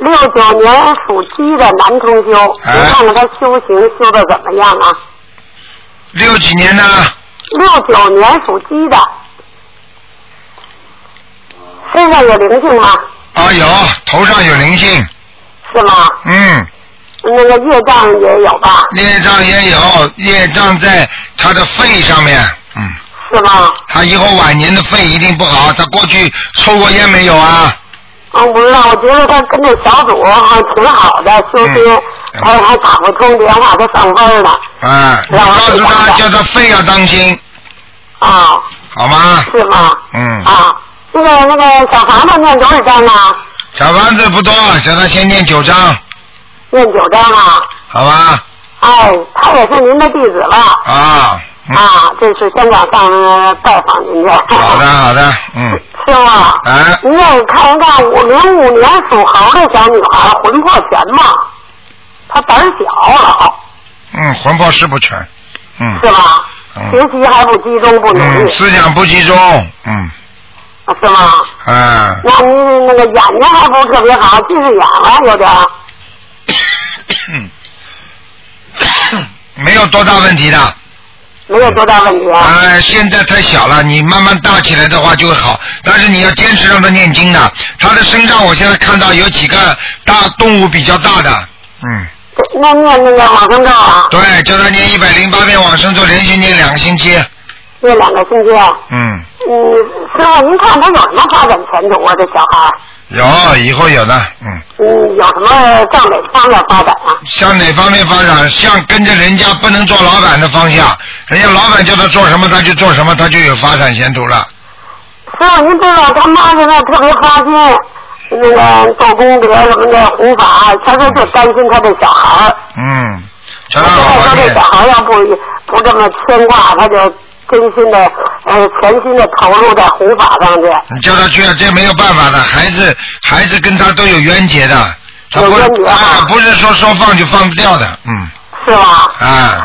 [SPEAKER 9] 六九年属鸡的男同修，
[SPEAKER 1] 哎
[SPEAKER 9] 您看看他修行修的怎么样啊？
[SPEAKER 1] 六几年呢？
[SPEAKER 9] 六九年属鸡的，身上有灵性吗？
[SPEAKER 1] 啊，有，头上有灵性，
[SPEAKER 9] 是吗？
[SPEAKER 1] 嗯，
[SPEAKER 9] 那个业障也有吧？
[SPEAKER 1] 业障也有，业障在他的肺上面，嗯，
[SPEAKER 9] 是吗？
[SPEAKER 1] 他以后晚年的肺一定不好。他过去抽过烟没有啊？
[SPEAKER 9] 啊，不知道，我觉得他跟这小组还挺好的，修心，
[SPEAKER 1] 嗯
[SPEAKER 9] 还还打不通电话，他上班了。
[SPEAKER 1] 啊，我告诉他，叫他肺要当心，
[SPEAKER 9] 啊，
[SPEAKER 1] 好吗？
[SPEAKER 9] 是吗？
[SPEAKER 1] 嗯，
[SPEAKER 9] 啊，那个那个小房子念多少张啊？
[SPEAKER 1] 小房子不多，叫他先念九章，
[SPEAKER 9] 念九张啊。
[SPEAKER 1] 好吧？
[SPEAKER 9] 哎，他也是您的弟子了。
[SPEAKER 1] 啊，嗯，
[SPEAKER 9] 啊，这次香港上呃拜访您去。
[SPEAKER 1] 好的，好的，嗯，
[SPEAKER 9] 师傅啊，
[SPEAKER 1] 哎，
[SPEAKER 9] 您也看一看五零五年属猴的小女孩魂魄全吗？她胆儿小老，
[SPEAKER 1] 嗯，魂魄是不全，嗯
[SPEAKER 9] 是吧？
[SPEAKER 1] 嗯
[SPEAKER 9] 学习还不集中，不努
[SPEAKER 1] 嗯，
[SPEAKER 9] 力，
[SPEAKER 1] 思想不集中，嗯，
[SPEAKER 9] 是吗？
[SPEAKER 1] 啊，
[SPEAKER 9] 那您那个眼睛还不是特别好，近视眼了有点儿。
[SPEAKER 1] 没有多大问题的。
[SPEAKER 9] 没有多大问题啊。
[SPEAKER 1] 啊，现在太小了，你慢慢大起来的话就会好。但是你要坚持让他念经的，他的身上我现在看到有几个大动物比较大的，嗯，
[SPEAKER 9] 这那念那个往生咒啊，
[SPEAKER 1] 对，叫他念一百零八遍往生咒，连续念两个星期，
[SPEAKER 9] 念两个星期。
[SPEAKER 1] 嗯，
[SPEAKER 9] 嗯，师傅，您看他有什么发展前途啊？这小孩儿，
[SPEAKER 1] 有以后有的，嗯，
[SPEAKER 9] 嗯，有什么向哪方面发展啊？
[SPEAKER 1] 向哪方面发展？像跟着人家不能做老板的方向，人家老板叫他做什么他就做什么，他就有发展前途了。
[SPEAKER 9] 师傅，您知道他妈现在特别花心，那个做功德什么的弘法，他说就担心他这小孩儿。
[SPEAKER 1] 嗯，
[SPEAKER 9] 我
[SPEAKER 1] 叫他
[SPEAKER 9] 现在说这
[SPEAKER 1] 好好念
[SPEAKER 9] 小。孩儿要不不这么牵挂，他就真心的呃全心的投入在弘法上去。
[SPEAKER 1] 你叫他去，这没有办法的，孩子孩子跟他都有冤结的，他
[SPEAKER 9] 有
[SPEAKER 1] 不
[SPEAKER 9] 冤结啊
[SPEAKER 1] 啊，不是说说放就放不掉的，嗯
[SPEAKER 9] 是吧？
[SPEAKER 1] 啊，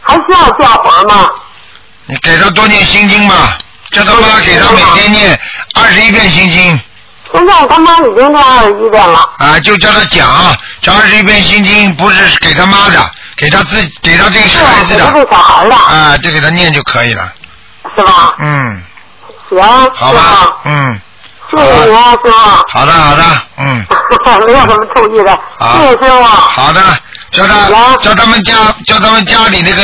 [SPEAKER 9] 还需要教诲吗？
[SPEAKER 1] 你给他多念心经吧，叫他妈
[SPEAKER 9] 啊
[SPEAKER 1] 给他每天念二十一遍心经
[SPEAKER 9] 现在他妈已经念二十一遍了，
[SPEAKER 1] 啊，就叫他讲，讲二十一遍心经不是给他妈的，给他自给他这个
[SPEAKER 9] 是吧
[SPEAKER 1] 孩？子
[SPEAKER 9] 给他
[SPEAKER 1] 的
[SPEAKER 9] 这小孩的，
[SPEAKER 1] 啊，就给他念就可以了，
[SPEAKER 9] 是吧？
[SPEAKER 1] 嗯，
[SPEAKER 9] 行，
[SPEAKER 1] 好
[SPEAKER 9] 是
[SPEAKER 1] 吧
[SPEAKER 9] 吧，？
[SPEAKER 1] 嗯，
[SPEAKER 9] 谢谢您啊，师傅。
[SPEAKER 1] 好的好的，嗯。
[SPEAKER 9] 没有什么注意的，
[SPEAKER 1] 好
[SPEAKER 9] 谢谢啊师傅。
[SPEAKER 1] 啊好的，叫他
[SPEAKER 9] 行
[SPEAKER 1] 叫他们家叫他们家里那个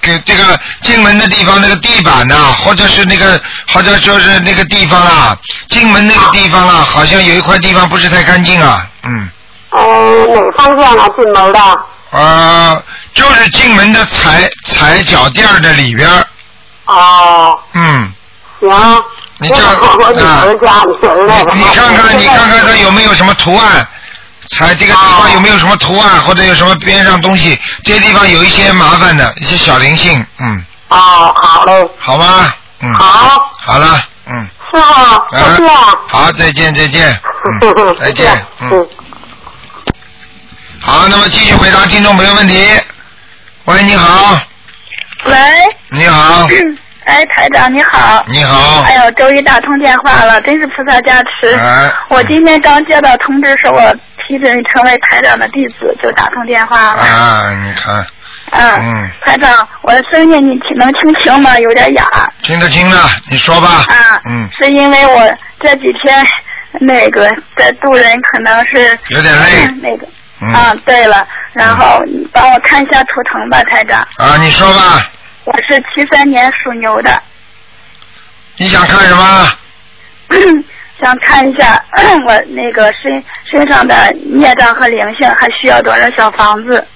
[SPEAKER 1] 给这个进门的地方那个地板呐、或者是那个或者说是那个地方啊，进门那个地方啊，好像有一块地方不是太干净啊，嗯，
[SPEAKER 9] 嗯，哪方向啊？进门的？
[SPEAKER 1] 呃，就是进门的踩踩脚垫儿的里边儿，
[SPEAKER 9] 哦，
[SPEAKER 1] 嗯，
[SPEAKER 9] 行。
[SPEAKER 1] 你这
[SPEAKER 9] 我我女
[SPEAKER 1] 啊
[SPEAKER 9] 儿家里人来了。
[SPEAKER 1] 你看看你看看它有没有什么图案。踩这个地方有没有什么图案，或者有什么边上东西？这些地方有一些麻烦的，一些小灵性，嗯。
[SPEAKER 9] 哦，好嘞，
[SPEAKER 1] 好吗？嗯，
[SPEAKER 9] 好，
[SPEAKER 1] 好了，嗯，啊
[SPEAKER 9] 师傅，再见。
[SPEAKER 1] 好，再见，再见， 嗯，再见，嗯，
[SPEAKER 9] 嗯。
[SPEAKER 1] 好，那么继续回答听众朋友问题。喂，你好，
[SPEAKER 10] 喂。
[SPEAKER 1] 你好。
[SPEAKER 10] 哎，台长你好。
[SPEAKER 1] 你好。
[SPEAKER 10] 哎呦，终于打通电话了，真是菩萨加持。
[SPEAKER 1] 哎
[SPEAKER 10] 我今天刚接到通知，说我批准成为台长的弟子，就打通电话了。
[SPEAKER 1] 啊，你看，
[SPEAKER 10] 嗯，
[SPEAKER 1] 嗯，
[SPEAKER 10] 台长，我的声音你听能听清吗？有点哑。
[SPEAKER 1] 听得清了，你说吧。
[SPEAKER 10] 啊，
[SPEAKER 1] 嗯，
[SPEAKER 10] 是因为我这几天那个在渡人，可能是
[SPEAKER 1] 有点累。
[SPEAKER 10] 那个。
[SPEAKER 1] 嗯
[SPEAKER 10] 啊，对了，然后你帮我看一下图腾吧，台长。
[SPEAKER 1] 啊，你说吧，
[SPEAKER 10] 我是七三年属牛的，
[SPEAKER 1] 你想看什么？
[SPEAKER 10] 想看一下我那个身身上的孽障和灵性，还需要多少小房子？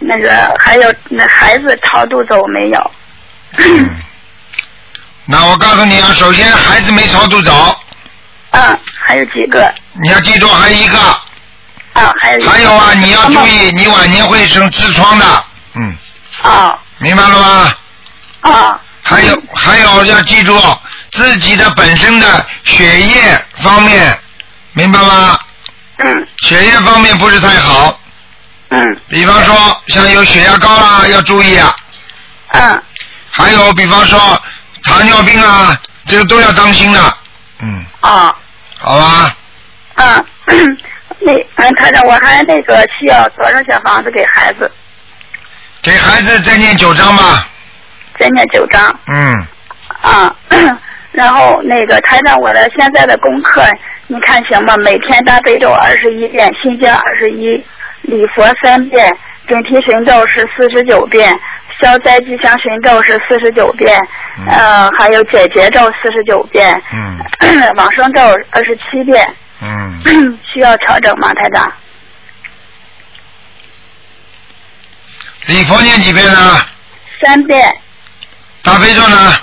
[SPEAKER 10] 那个还有那孩子超度走没有？
[SPEAKER 1] 嗯 那我告诉你啊，首先孩子没超度走。
[SPEAKER 10] 嗯，还有几个？
[SPEAKER 1] 你要记住，还有一个。
[SPEAKER 10] 啊，还有一个。
[SPEAKER 1] 还有啊，你要注意，你晚年会生痔疮的，嗯。
[SPEAKER 10] 啊。
[SPEAKER 1] 明白了吗？
[SPEAKER 10] 啊。
[SPEAKER 1] 还有还有，要记住自己的本身的血液方面，明白吗？
[SPEAKER 10] 嗯。
[SPEAKER 1] 血液方面不是太好。
[SPEAKER 10] 嗯。
[SPEAKER 1] 比方说，像有血压高啦，要注意啊。
[SPEAKER 10] 嗯。
[SPEAKER 1] 还有，比方说糖尿病啊，这个都要当心的，
[SPEAKER 10] 啊，
[SPEAKER 1] 好吧？
[SPEAKER 10] 嗯， 那嗯，台长，我还那个需要多少小房子给孩子？
[SPEAKER 1] 给孩子再念九章吧。
[SPEAKER 10] 再念九张。
[SPEAKER 1] 嗯，
[SPEAKER 10] 啊， 然后那个台长，我的现在的功课你看行吗？每天大悲咒二十一遍，心经二十一，礼佛三遍，准提神咒是四十九遍，消灾吉祥神咒是四十九遍，呃，还有解结咒四十九遍，
[SPEAKER 1] 嗯
[SPEAKER 10] 往生咒二十七遍，
[SPEAKER 1] 嗯，
[SPEAKER 10] 需要调整吗，台长？
[SPEAKER 1] 礼佛念几遍啊呢？
[SPEAKER 10] 三遍，
[SPEAKER 1] 大悲咒呢？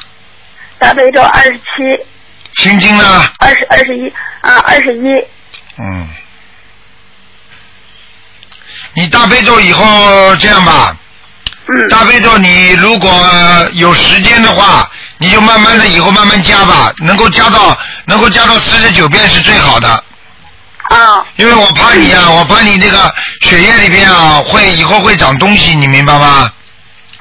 [SPEAKER 10] 大悲咒二十七，
[SPEAKER 1] 心经呢？
[SPEAKER 10] 二十二十一啊，二十一，
[SPEAKER 1] 嗯，你大悲咒以后这样吧，
[SPEAKER 10] 嗯，
[SPEAKER 1] 大悲咒你如果有时间的话，你就慢慢的以后慢慢加吧，能够加到能够加到四十九遍是最好的。
[SPEAKER 10] 啊。
[SPEAKER 1] 因为我怕你啊，我怕你那个血液里边啊会以后会长东西，你明白吗？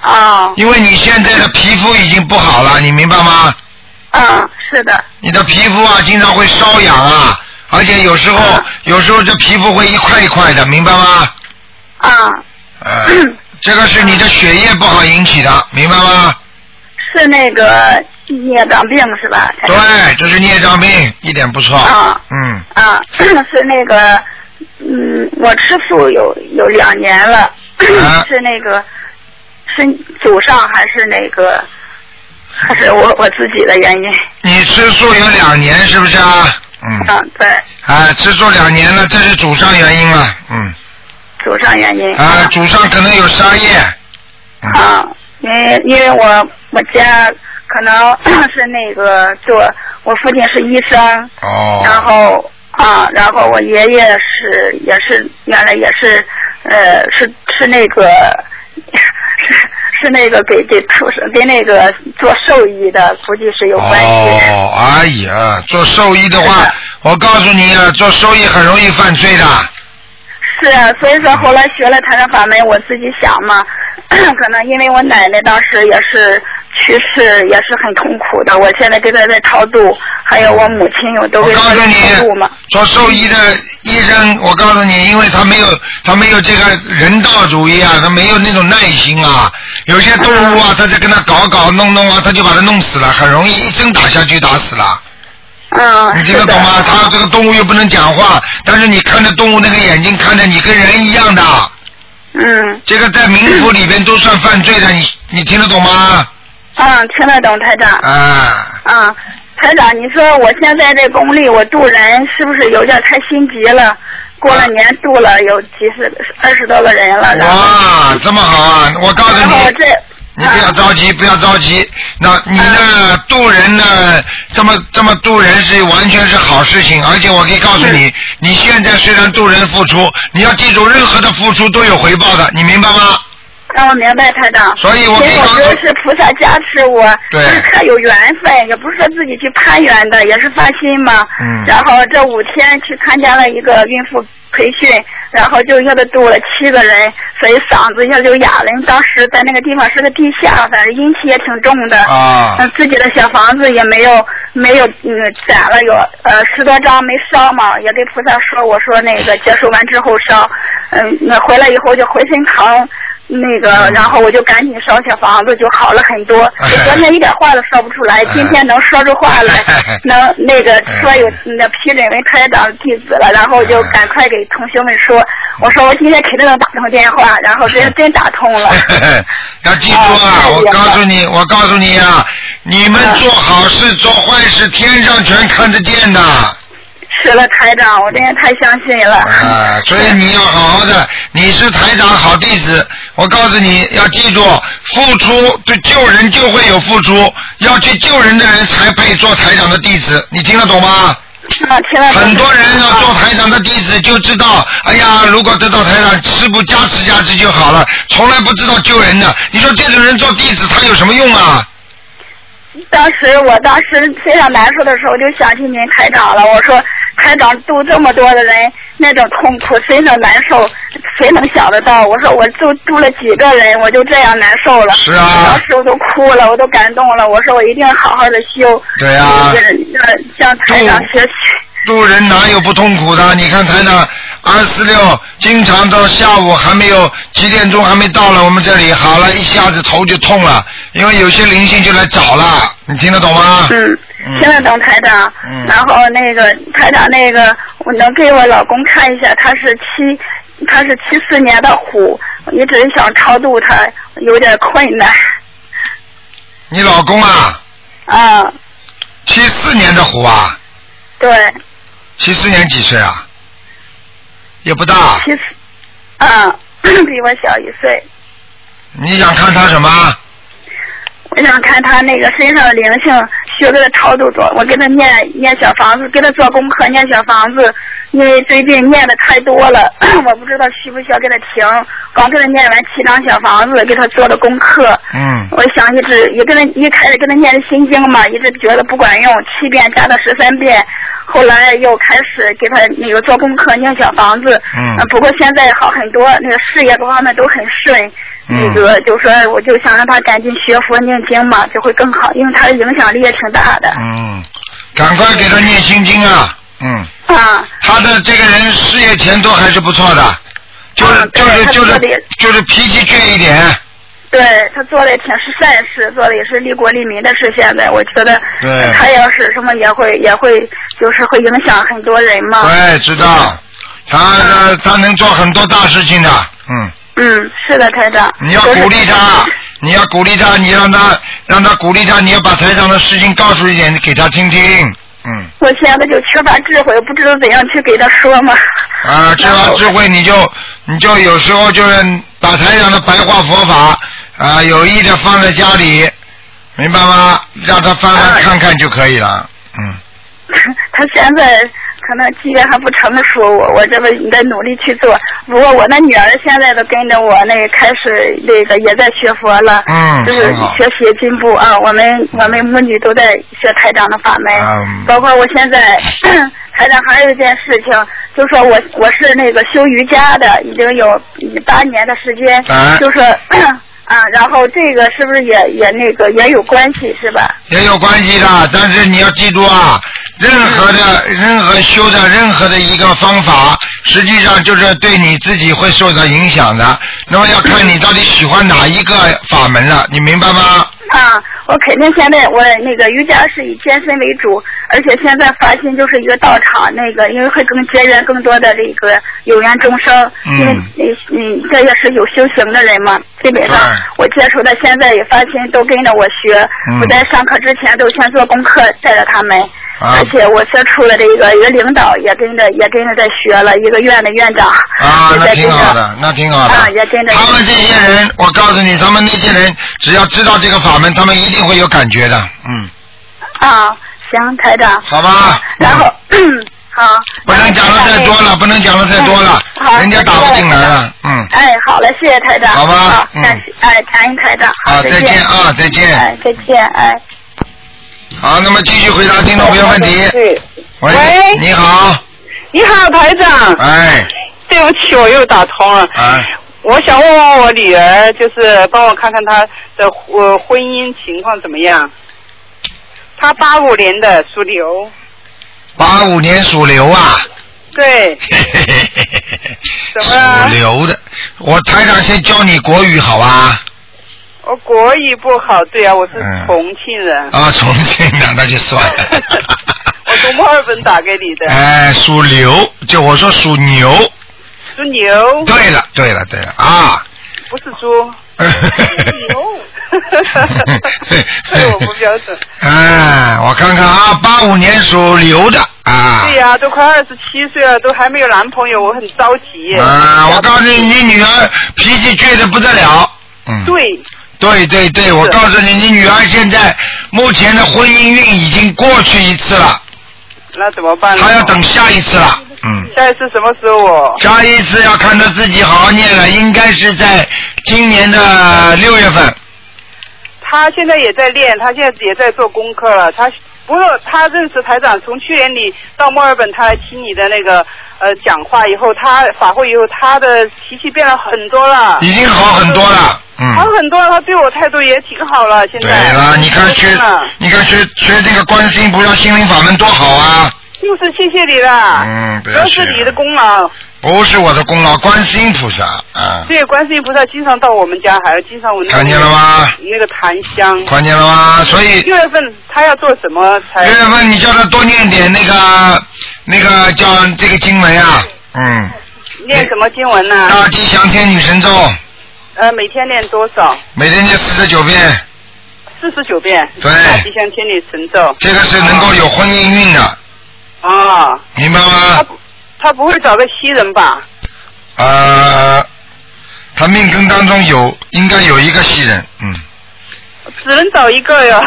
[SPEAKER 10] 啊。
[SPEAKER 1] 因为你现在的皮肤已经不好了，你明白吗？
[SPEAKER 10] 嗯，是的。
[SPEAKER 1] 你的皮肤啊，经常会瘙痒啊，而且有时候、有时候这皮肤会一块一块的，明白 吗？
[SPEAKER 10] 啊。
[SPEAKER 1] 呃，这个是你的血液不好引起的，明白吗？
[SPEAKER 10] 是那个孽障病是吧？台长
[SPEAKER 1] 对，这是孽障病，一点不错。
[SPEAKER 10] 啊
[SPEAKER 1] 嗯，
[SPEAKER 10] 啊， 是那个，嗯，我吃素有有两年了，
[SPEAKER 1] 啊
[SPEAKER 10] 是那个，是祖上还是那个，还是我我自己的原因？
[SPEAKER 1] 你吃素有两年是不是啊？
[SPEAKER 10] 啊，对，
[SPEAKER 1] 啊，吃素两年了，这是祖上原因了。嗯。
[SPEAKER 10] 祖上原因。
[SPEAKER 1] 啊，祖上可能有杀业。
[SPEAKER 10] 啊，因为因为我我家可能 是那个做，我父亲是医生，
[SPEAKER 1] 哦。
[SPEAKER 10] 然后啊，然后我爷爷是也是原来也是呃是是那个 是是那个给给畜生给那个做兽医的，估计是有关系。
[SPEAKER 1] 哦，哎呀，做兽医的话，我告诉你啊，做兽医很容易犯罪的。
[SPEAKER 10] 是啊，所以说后来学了他的法门，我自己想嘛， 可能因为我奶奶当时也是去世，也是很痛苦的。我现在给她在超度，还有我母亲，我都给她在超度嘛。
[SPEAKER 1] 做兽医的医生，我告诉你，因为他没有他没有这个人道主义啊，他没有那种耐心啊。有些动物啊，他在跟他搞搞弄弄啊，他就把它弄死了，很容易一针打下去打死了。
[SPEAKER 10] 嗯，
[SPEAKER 1] 你听得懂吗？它这个动物又不能讲话，但是你看着动物那个眼睛看着你跟人一样的。
[SPEAKER 10] 嗯。
[SPEAKER 1] 这个在民府里边都算犯罪的，你你听得懂吗？
[SPEAKER 10] 嗯，听得懂台长。
[SPEAKER 1] 啊，
[SPEAKER 10] 啊，台长，你说我现在这功力，我渡人是不是有点太心急了？过
[SPEAKER 1] 啊
[SPEAKER 10] 了年渡了有几十二十多个人了，然后
[SPEAKER 1] 哇，这么好啊！我告诉你，你不要着
[SPEAKER 10] 啊
[SPEAKER 1] 急，不要着急。那你呢？渡人呢？这么这么渡人是完全是好事情，而且我可以告诉
[SPEAKER 10] 嗯
[SPEAKER 1] 你，你现在虽然渡人付出，你要记住，任何的付出都有回报的，你明白吗？
[SPEAKER 10] 让我明白台长。
[SPEAKER 1] 所以我
[SPEAKER 10] 其
[SPEAKER 1] 给
[SPEAKER 10] 实
[SPEAKER 1] 刚
[SPEAKER 10] 我觉得是菩萨加持我，
[SPEAKER 1] 对
[SPEAKER 10] 就是特有缘分，也不是说自己去攀缘的，也是发心嘛。
[SPEAKER 1] 嗯嗯
[SPEAKER 10] 然后这五天去参加了一个孕妇培训，然后就一下子堵了七个人，所以嗓子一下就哑了。因为当时在那个地方是个地下，反正阴气也挺重的。
[SPEAKER 1] 啊
[SPEAKER 10] 嗯，自己的小房子也没有没有嗯攒了有呃十多张没烧嘛，也给菩萨说我说那个结束完之后烧，嗯，那回来以后就浑身疼。那个，然后我就赶紧烧小房子，就好了很多。就昨天一点话都说不出来，今天能说出话来，能那个说有那批准为开长弟子了，然后就赶快给同学们说，我说我今天肯定能打通电话，然后真真打通了。
[SPEAKER 1] 要记住啊！我告诉你，我告诉你啊，你们做好事做坏事，天上全看得见的
[SPEAKER 10] 是了，台长，我真是太相信了。
[SPEAKER 1] 啊！所以你要好好的，你是台长好弟子。我告诉你要记住，付出对救人就会有付出，要去救人的人才配做台长的弟子。你听得懂吗？
[SPEAKER 10] 啊，听得懂。
[SPEAKER 1] 很多人要做台长的弟子，就知道，哎呀，如果得到台长师傅加持加持就好了，从来不知道救人的。你说这种人做弟子，他有什么用啊？
[SPEAKER 10] 当时我当时非常难受的时候，就想起您台长了。我说台长度这么多的人，那种痛苦，谁能难受？谁能想得到？我说我就住了几个人，我就这样难受了。
[SPEAKER 1] 是啊
[SPEAKER 10] 当时我都哭了，我都感动了。我说我一定好好的修。
[SPEAKER 1] 对啊
[SPEAKER 10] 就是呃向台长学习。
[SPEAKER 1] 渡人哪有不痛苦的？你看台长二四六经常到下午还没有几点钟还没到了，我们这里好了一下子头就痛了，因为有些灵性就来找了，你听得懂吗？
[SPEAKER 10] 嗯，听得懂台长。
[SPEAKER 1] 嗯
[SPEAKER 10] 然后那个台长那个，我能给我老公看一下，他是七，他是七四年的虎，一直想超度他，有点困难。
[SPEAKER 1] 你老公啊，
[SPEAKER 10] 啊，
[SPEAKER 1] 七四年的虎啊，
[SPEAKER 10] 对，
[SPEAKER 1] 七四年几岁啊？也不大，
[SPEAKER 10] 七四，啊， 比我小一岁。
[SPEAKER 1] 你想看他什么？
[SPEAKER 10] 我想看他那个身上的灵性，需要给他超度多。我给他念念小房子，给他做功课念小房子，因为最近念的太多了， 我不知道需不需要给他停。光给他念完七张小房子，给他做的功课，
[SPEAKER 1] 嗯
[SPEAKER 10] 我想一直也跟他一开始跟他念的心经嘛，一直觉得不管用，七遍加到十三遍，后来又开始给他那个做功课念小房子，
[SPEAKER 1] 嗯
[SPEAKER 10] 呃不过现在好很多，那个事业各方面都很顺。
[SPEAKER 1] 嗯
[SPEAKER 10] 那个就说，我就想让他赶紧学佛念经嘛，就会更好，因为他的影响力也挺大的。
[SPEAKER 1] 嗯，赶快给他念心经啊，嗯，
[SPEAKER 10] 啊，
[SPEAKER 1] 他的这个人事业前途还是不错的，就是就是就是就是脾气倔一点。
[SPEAKER 10] 对他做的也挺是善事，做的也是利国利民的事。现在我觉得
[SPEAKER 1] 对
[SPEAKER 10] 他要是什么也会也会，就是会影响很多人嘛。
[SPEAKER 1] 对，知道，他他他能做很多大事情的，嗯，
[SPEAKER 10] 嗯，是的，台长。
[SPEAKER 1] 你要鼓励他，你要鼓励他，你让他让他鼓励他，你要把台上的事情告诉一点给他听听，嗯，
[SPEAKER 10] 我现在就缺乏智慧，不知道怎样去给他说嘛。
[SPEAKER 1] 啊，这乏智慧你就你就有时候就是把台上的白话佛法啊有意的放在家里，明白吗？让他翻翻看看就可以了，嗯，
[SPEAKER 10] 他现在可能机缘还不成熟，我我这不应该努力去做。不过我那女儿现在都跟着我那个开始那个也在学佛了，
[SPEAKER 1] 嗯
[SPEAKER 10] 就是
[SPEAKER 1] 很好
[SPEAKER 10] 学习进步啊。我们我们母女都在学台长的法门，
[SPEAKER 1] 嗯
[SPEAKER 10] 包括我现在台长还有一件事情，就说我我是那个修瑜伽的，已经有八年的时间，
[SPEAKER 1] 哎
[SPEAKER 10] 就说啊，然后这个是不是也也那个也有关系是吧？
[SPEAKER 1] 也有关系的，但是你要记住啊，任何的、任何修的、任何的一个方法，实际上就是对你自己会受到影响的。那么要看你到底喜欢哪一个法门了，你明白吗？
[SPEAKER 10] 啊，我肯定现在我那个瑜伽是以健身为主，而且现在发心就是一个道场，那个因为会更结缘更多的这个有缘众生，
[SPEAKER 1] 嗯
[SPEAKER 10] 因为嗯这也是有修行的人嘛，基本上
[SPEAKER 1] 对
[SPEAKER 10] 我接触的现在也发心都跟着我学，
[SPEAKER 1] 嗯
[SPEAKER 10] 我在上课之前都先做功课带着他们，
[SPEAKER 1] 啊
[SPEAKER 10] 而且我接触了这个一个领导也跟着也跟着在学了，一个院的院长
[SPEAKER 1] 啊，
[SPEAKER 10] 也
[SPEAKER 1] 那
[SPEAKER 10] 在跟
[SPEAKER 1] 挺
[SPEAKER 10] 着
[SPEAKER 1] 好的，那挺好的。
[SPEAKER 10] 啊也跟着
[SPEAKER 1] 他们这些人，我告诉你，他们那些人只要知道这个法门，他们一定会有感觉的。嗯，
[SPEAKER 10] 啊，行台长，
[SPEAKER 1] 好吧。
[SPEAKER 10] 然后。 好，
[SPEAKER 1] 不能讲的太多了，不能讲的太多了，
[SPEAKER 10] 哎嗯好
[SPEAKER 1] 人家打不进来了。嗯，
[SPEAKER 10] 哎，好嘞，谢谢台长。
[SPEAKER 1] 好吧嗯
[SPEAKER 10] 感谢，哎，感恩台长。
[SPEAKER 1] 好
[SPEAKER 10] 再
[SPEAKER 1] 再见啊再见
[SPEAKER 10] 哎，再见，哎。
[SPEAKER 1] 好，那么继续回答听众朋友问题。
[SPEAKER 2] 对，
[SPEAKER 1] 喂，
[SPEAKER 2] 喂
[SPEAKER 1] 你好，
[SPEAKER 2] 你好，台长。
[SPEAKER 1] 哎，
[SPEAKER 2] 对不起，我又打通了。
[SPEAKER 1] 啊，
[SPEAKER 2] 我想问问我女儿，就是帮我看看她的呃婚姻情况怎么样。她八五年的属牛，
[SPEAKER 1] 八五年属牛啊，
[SPEAKER 2] 对，怎么啊
[SPEAKER 1] 属
[SPEAKER 2] 了？
[SPEAKER 1] 牛的。我台长先教你国语好吧？
[SPEAKER 2] 我哦国语不好，对啊，我是
[SPEAKER 1] 嗯
[SPEAKER 2] 重庆人，
[SPEAKER 1] 啊，重庆的那就算了。
[SPEAKER 2] 我从墨尔本打给你的，
[SPEAKER 1] 哎，属牛，就我说属牛。
[SPEAKER 2] 属牛。
[SPEAKER 1] 对了，对了，对了啊。
[SPEAKER 2] 不是猪，牛。对，我不标准。
[SPEAKER 1] 哎，我看看啊，八五年属牛的啊。
[SPEAKER 2] 对呀、都快二十七岁了，都还没有男朋友，我很着急。
[SPEAKER 1] 啊，我告诉你，你女儿脾气倔得不得了。嗯
[SPEAKER 2] 对，
[SPEAKER 1] 对对对，我告诉你，你女儿现在目前的婚姻运已经过去一次了，
[SPEAKER 2] 那怎么办呢？
[SPEAKER 1] 还要等下一次了。嗯，
[SPEAKER 2] 下一次什么时候我？
[SPEAKER 1] 下一次要看她自己好好念了，应该是在今年的六月份。
[SPEAKER 2] 他现在也在练，他现在也在做功课了。他不过他认识台长，从去年你到墨尔本，他来听你的那个呃讲话以后，他法会以后，他的脾气变了很多了，
[SPEAKER 1] 已经好很多了。嗯，
[SPEAKER 2] 好很多了。他对我态度也挺好了，现
[SPEAKER 1] 对
[SPEAKER 2] 在。
[SPEAKER 1] 了，你看学
[SPEAKER 2] 真的，
[SPEAKER 1] 你看学学这个观世音菩萨心灵法门多好啊！
[SPEAKER 2] 就是谢谢你了，
[SPEAKER 1] 嗯，不
[SPEAKER 2] 主
[SPEAKER 1] 要
[SPEAKER 2] 要
[SPEAKER 1] 学
[SPEAKER 2] 是，你的功劳。
[SPEAKER 1] 不是我的功劳，观世音菩萨啊，
[SPEAKER 2] 对，观世音菩萨经常到我们家，还有经常闻到
[SPEAKER 1] 看见了吗？
[SPEAKER 2] 那个檀香。
[SPEAKER 1] 看见了吗所以
[SPEAKER 2] 六月份他要做什么才？
[SPEAKER 1] 六月份你叫他多念点那个那个叫这个经文啊，嗯，
[SPEAKER 2] 念什么经文呢？
[SPEAKER 1] 大吉祥天女神咒，
[SPEAKER 2] 呃，每天念多少？
[SPEAKER 1] 每天念四十九
[SPEAKER 2] 啊
[SPEAKER 1] 遍，
[SPEAKER 2] 四十九遍。
[SPEAKER 1] 对
[SPEAKER 2] 大吉祥天女神咒。
[SPEAKER 1] 这个是能够有婚姻运的，
[SPEAKER 2] 啊，
[SPEAKER 1] 明白吗？
[SPEAKER 2] 他不会找个西人吧？啊
[SPEAKER 1] 呃，他命根当中有应该有一个西人，嗯，
[SPEAKER 2] 只能找一个 哟。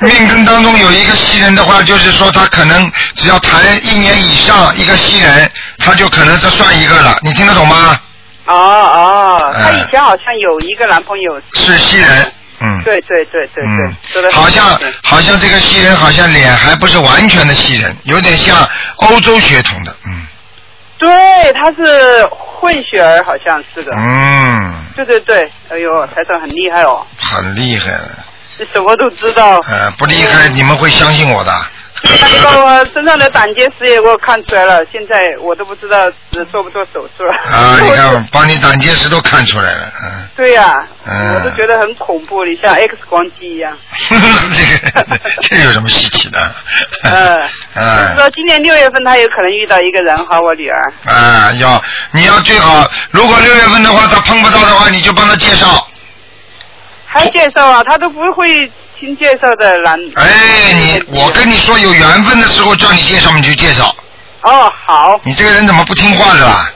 [SPEAKER 1] 命根当中有一个西人的话，就是说他可能只要谈一年以上一个西人，他就可能是算一个了，你听得懂吗？
[SPEAKER 2] 哦哦，
[SPEAKER 1] 嗯
[SPEAKER 2] 他以前好像有一个男朋友。
[SPEAKER 1] 是西人，嗯。
[SPEAKER 2] 对对对对对，说的
[SPEAKER 1] 好像好像这个西人好像脸还不是完全的西人，有点像欧洲血统的，嗯
[SPEAKER 2] 对，他是混血儿，好像是的。
[SPEAKER 1] 嗯，
[SPEAKER 2] 对对对，哎呦，台长很厉害哦，
[SPEAKER 1] 很厉害了，
[SPEAKER 2] 你什么都知道。
[SPEAKER 1] 呃，不厉害你们会相信我的，
[SPEAKER 2] 那个我身上的胆结石也给我看出来了，现在我都不知道呃做不做手术了。
[SPEAKER 1] 啊，你看我帮你胆结石都看出来了，嗯，
[SPEAKER 2] 对呀、
[SPEAKER 1] 嗯
[SPEAKER 2] 我都觉得很恐怖，你像 X 光机一样。
[SPEAKER 1] 这个这有什么稀奇的？
[SPEAKER 2] 嗯、
[SPEAKER 1] 嗯
[SPEAKER 2] 说今年六月份他有可能遇到一个人和我女儿。
[SPEAKER 1] 啊，要你要最好，如果六月份的话他碰不到的话，你就帮他介绍，
[SPEAKER 2] 还介绍啊，他都不会听介绍的男。
[SPEAKER 1] 哎，你我跟你说有缘分的时候叫你介绍你就介绍，
[SPEAKER 2] 哦，好，呃
[SPEAKER 1] 你这个人怎么不听话的啦？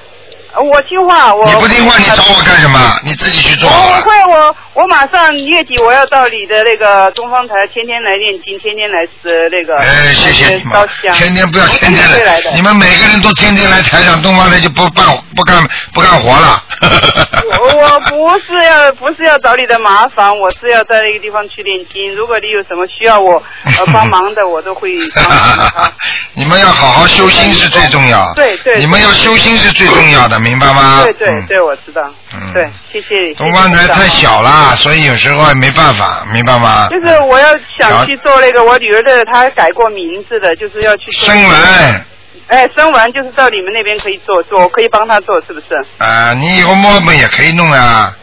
[SPEAKER 2] 我听话，我
[SPEAKER 1] 你不听话，你找我干什么？你自己去做好
[SPEAKER 2] 我
[SPEAKER 1] 了。
[SPEAKER 2] 会，我我马上月底我要到你的那个东方台，天天来念经，天天来吃那个。哎，谢谢你烧香，
[SPEAKER 1] 天天不要天 天
[SPEAKER 2] 来
[SPEAKER 1] 来
[SPEAKER 2] 的，
[SPEAKER 1] 你们每个人都天天来台上东方台就不办不干不干活了。
[SPEAKER 2] 我我不是要不是要找你的麻烦，我是要在那个地方去念经。如果你有什么需要我 呃帮忙的，我都会帮忙的。
[SPEAKER 1] 你们要 好好修心是最重要。
[SPEAKER 2] 对对对
[SPEAKER 1] 你们要修心是最重要的，明白吗？
[SPEAKER 2] 对对
[SPEAKER 1] 嗯
[SPEAKER 2] 对，我知道。
[SPEAKER 1] 嗯
[SPEAKER 2] 对，谢谢你。
[SPEAKER 1] 东方台太小了，所以有时候也没办法，明白吗？
[SPEAKER 2] 就是我要想去做那个我女儿的，她改过名字的，就是要去做
[SPEAKER 1] 声纹，
[SPEAKER 2] 哎，生完就是到你们那边可以做做，我可以帮她做，是不是？
[SPEAKER 1] 啊，你以后墨尔本也可以弄啊。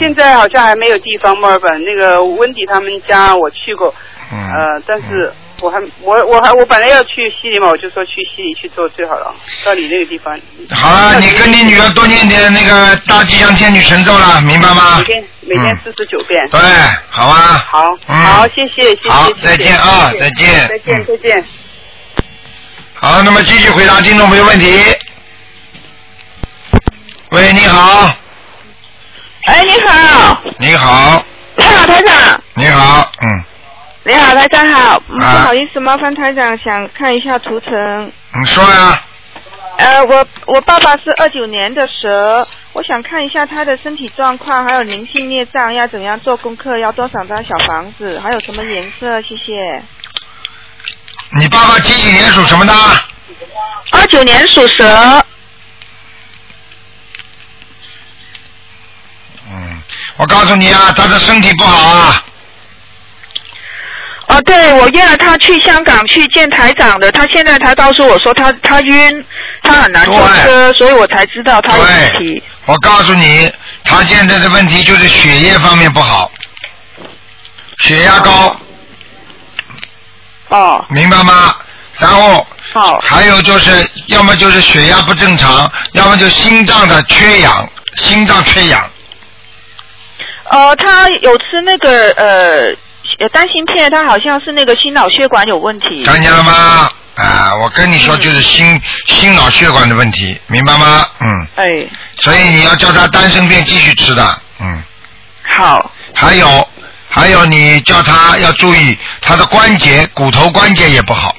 [SPEAKER 2] 现在好像还没有地方，墨尔本那个温迪他们家我去过，
[SPEAKER 1] 嗯
[SPEAKER 2] 呃，但是我还我我还我本来要去悉尼嘛，我就说去悉尼去做最好了，到你那个地方。
[SPEAKER 1] 好了，你跟你女儿多念点那个大吉祥天女神咒了，明白吗嗯
[SPEAKER 2] 每？天每天四十九遍。
[SPEAKER 1] 对，好啊。
[SPEAKER 2] 好，
[SPEAKER 1] 嗯
[SPEAKER 2] 好，谢谢，谢谢，
[SPEAKER 1] 好
[SPEAKER 2] 谢谢
[SPEAKER 1] 再见啊
[SPEAKER 2] 谢谢
[SPEAKER 1] 再见
[SPEAKER 2] 再见，再见。
[SPEAKER 1] 好，那么继续回答听众朋友问题。喂，你好，
[SPEAKER 11] 哎，你好，
[SPEAKER 1] 你好，
[SPEAKER 11] 台长，台长，
[SPEAKER 1] 你好，嗯，
[SPEAKER 11] 你好，台长好，嗯不
[SPEAKER 1] 啊
[SPEAKER 11] 好意思，麻烦台长想看一下图腾。
[SPEAKER 1] 你嗯说呀、
[SPEAKER 11] 呃，我我爸爸是二九年的蛇，我想看一下他的身体状况，还有灵性孽障要怎样做功课，要多少张小房子，还有什么颜色？谢谢。
[SPEAKER 1] 你爸爸几几年属什么的？
[SPEAKER 11] 二九年属蛇。
[SPEAKER 1] 嗯我告诉你啊，他的身体不好啊，
[SPEAKER 11] 哦，对，我约了他去香港去见台长的，他现在才告诉我说他他晕，他很难坐车，所以我才知道
[SPEAKER 1] 哎
[SPEAKER 11] 他有问题。
[SPEAKER 1] 我告诉你，他现在的问题就是血液方面不好，血压高。
[SPEAKER 11] 哦。
[SPEAKER 1] 明白吗？然后。还有就是，要么就是血压不正常，要么就心脏的缺氧，心脏缺氧。
[SPEAKER 11] 呃，他有吃那个呃呃丹心片，他好像是那个心脑血管有问题。
[SPEAKER 1] 看见了吗？啊，我跟你说，就是心、
[SPEAKER 11] 嗯
[SPEAKER 1] 心脑血管的问题，明白吗？嗯，
[SPEAKER 11] 哎，
[SPEAKER 1] 所以你要叫他丹参片继续吃的，嗯。
[SPEAKER 11] 好。
[SPEAKER 1] 还有，还有，你叫他要注意他的关节，骨头关节也不好。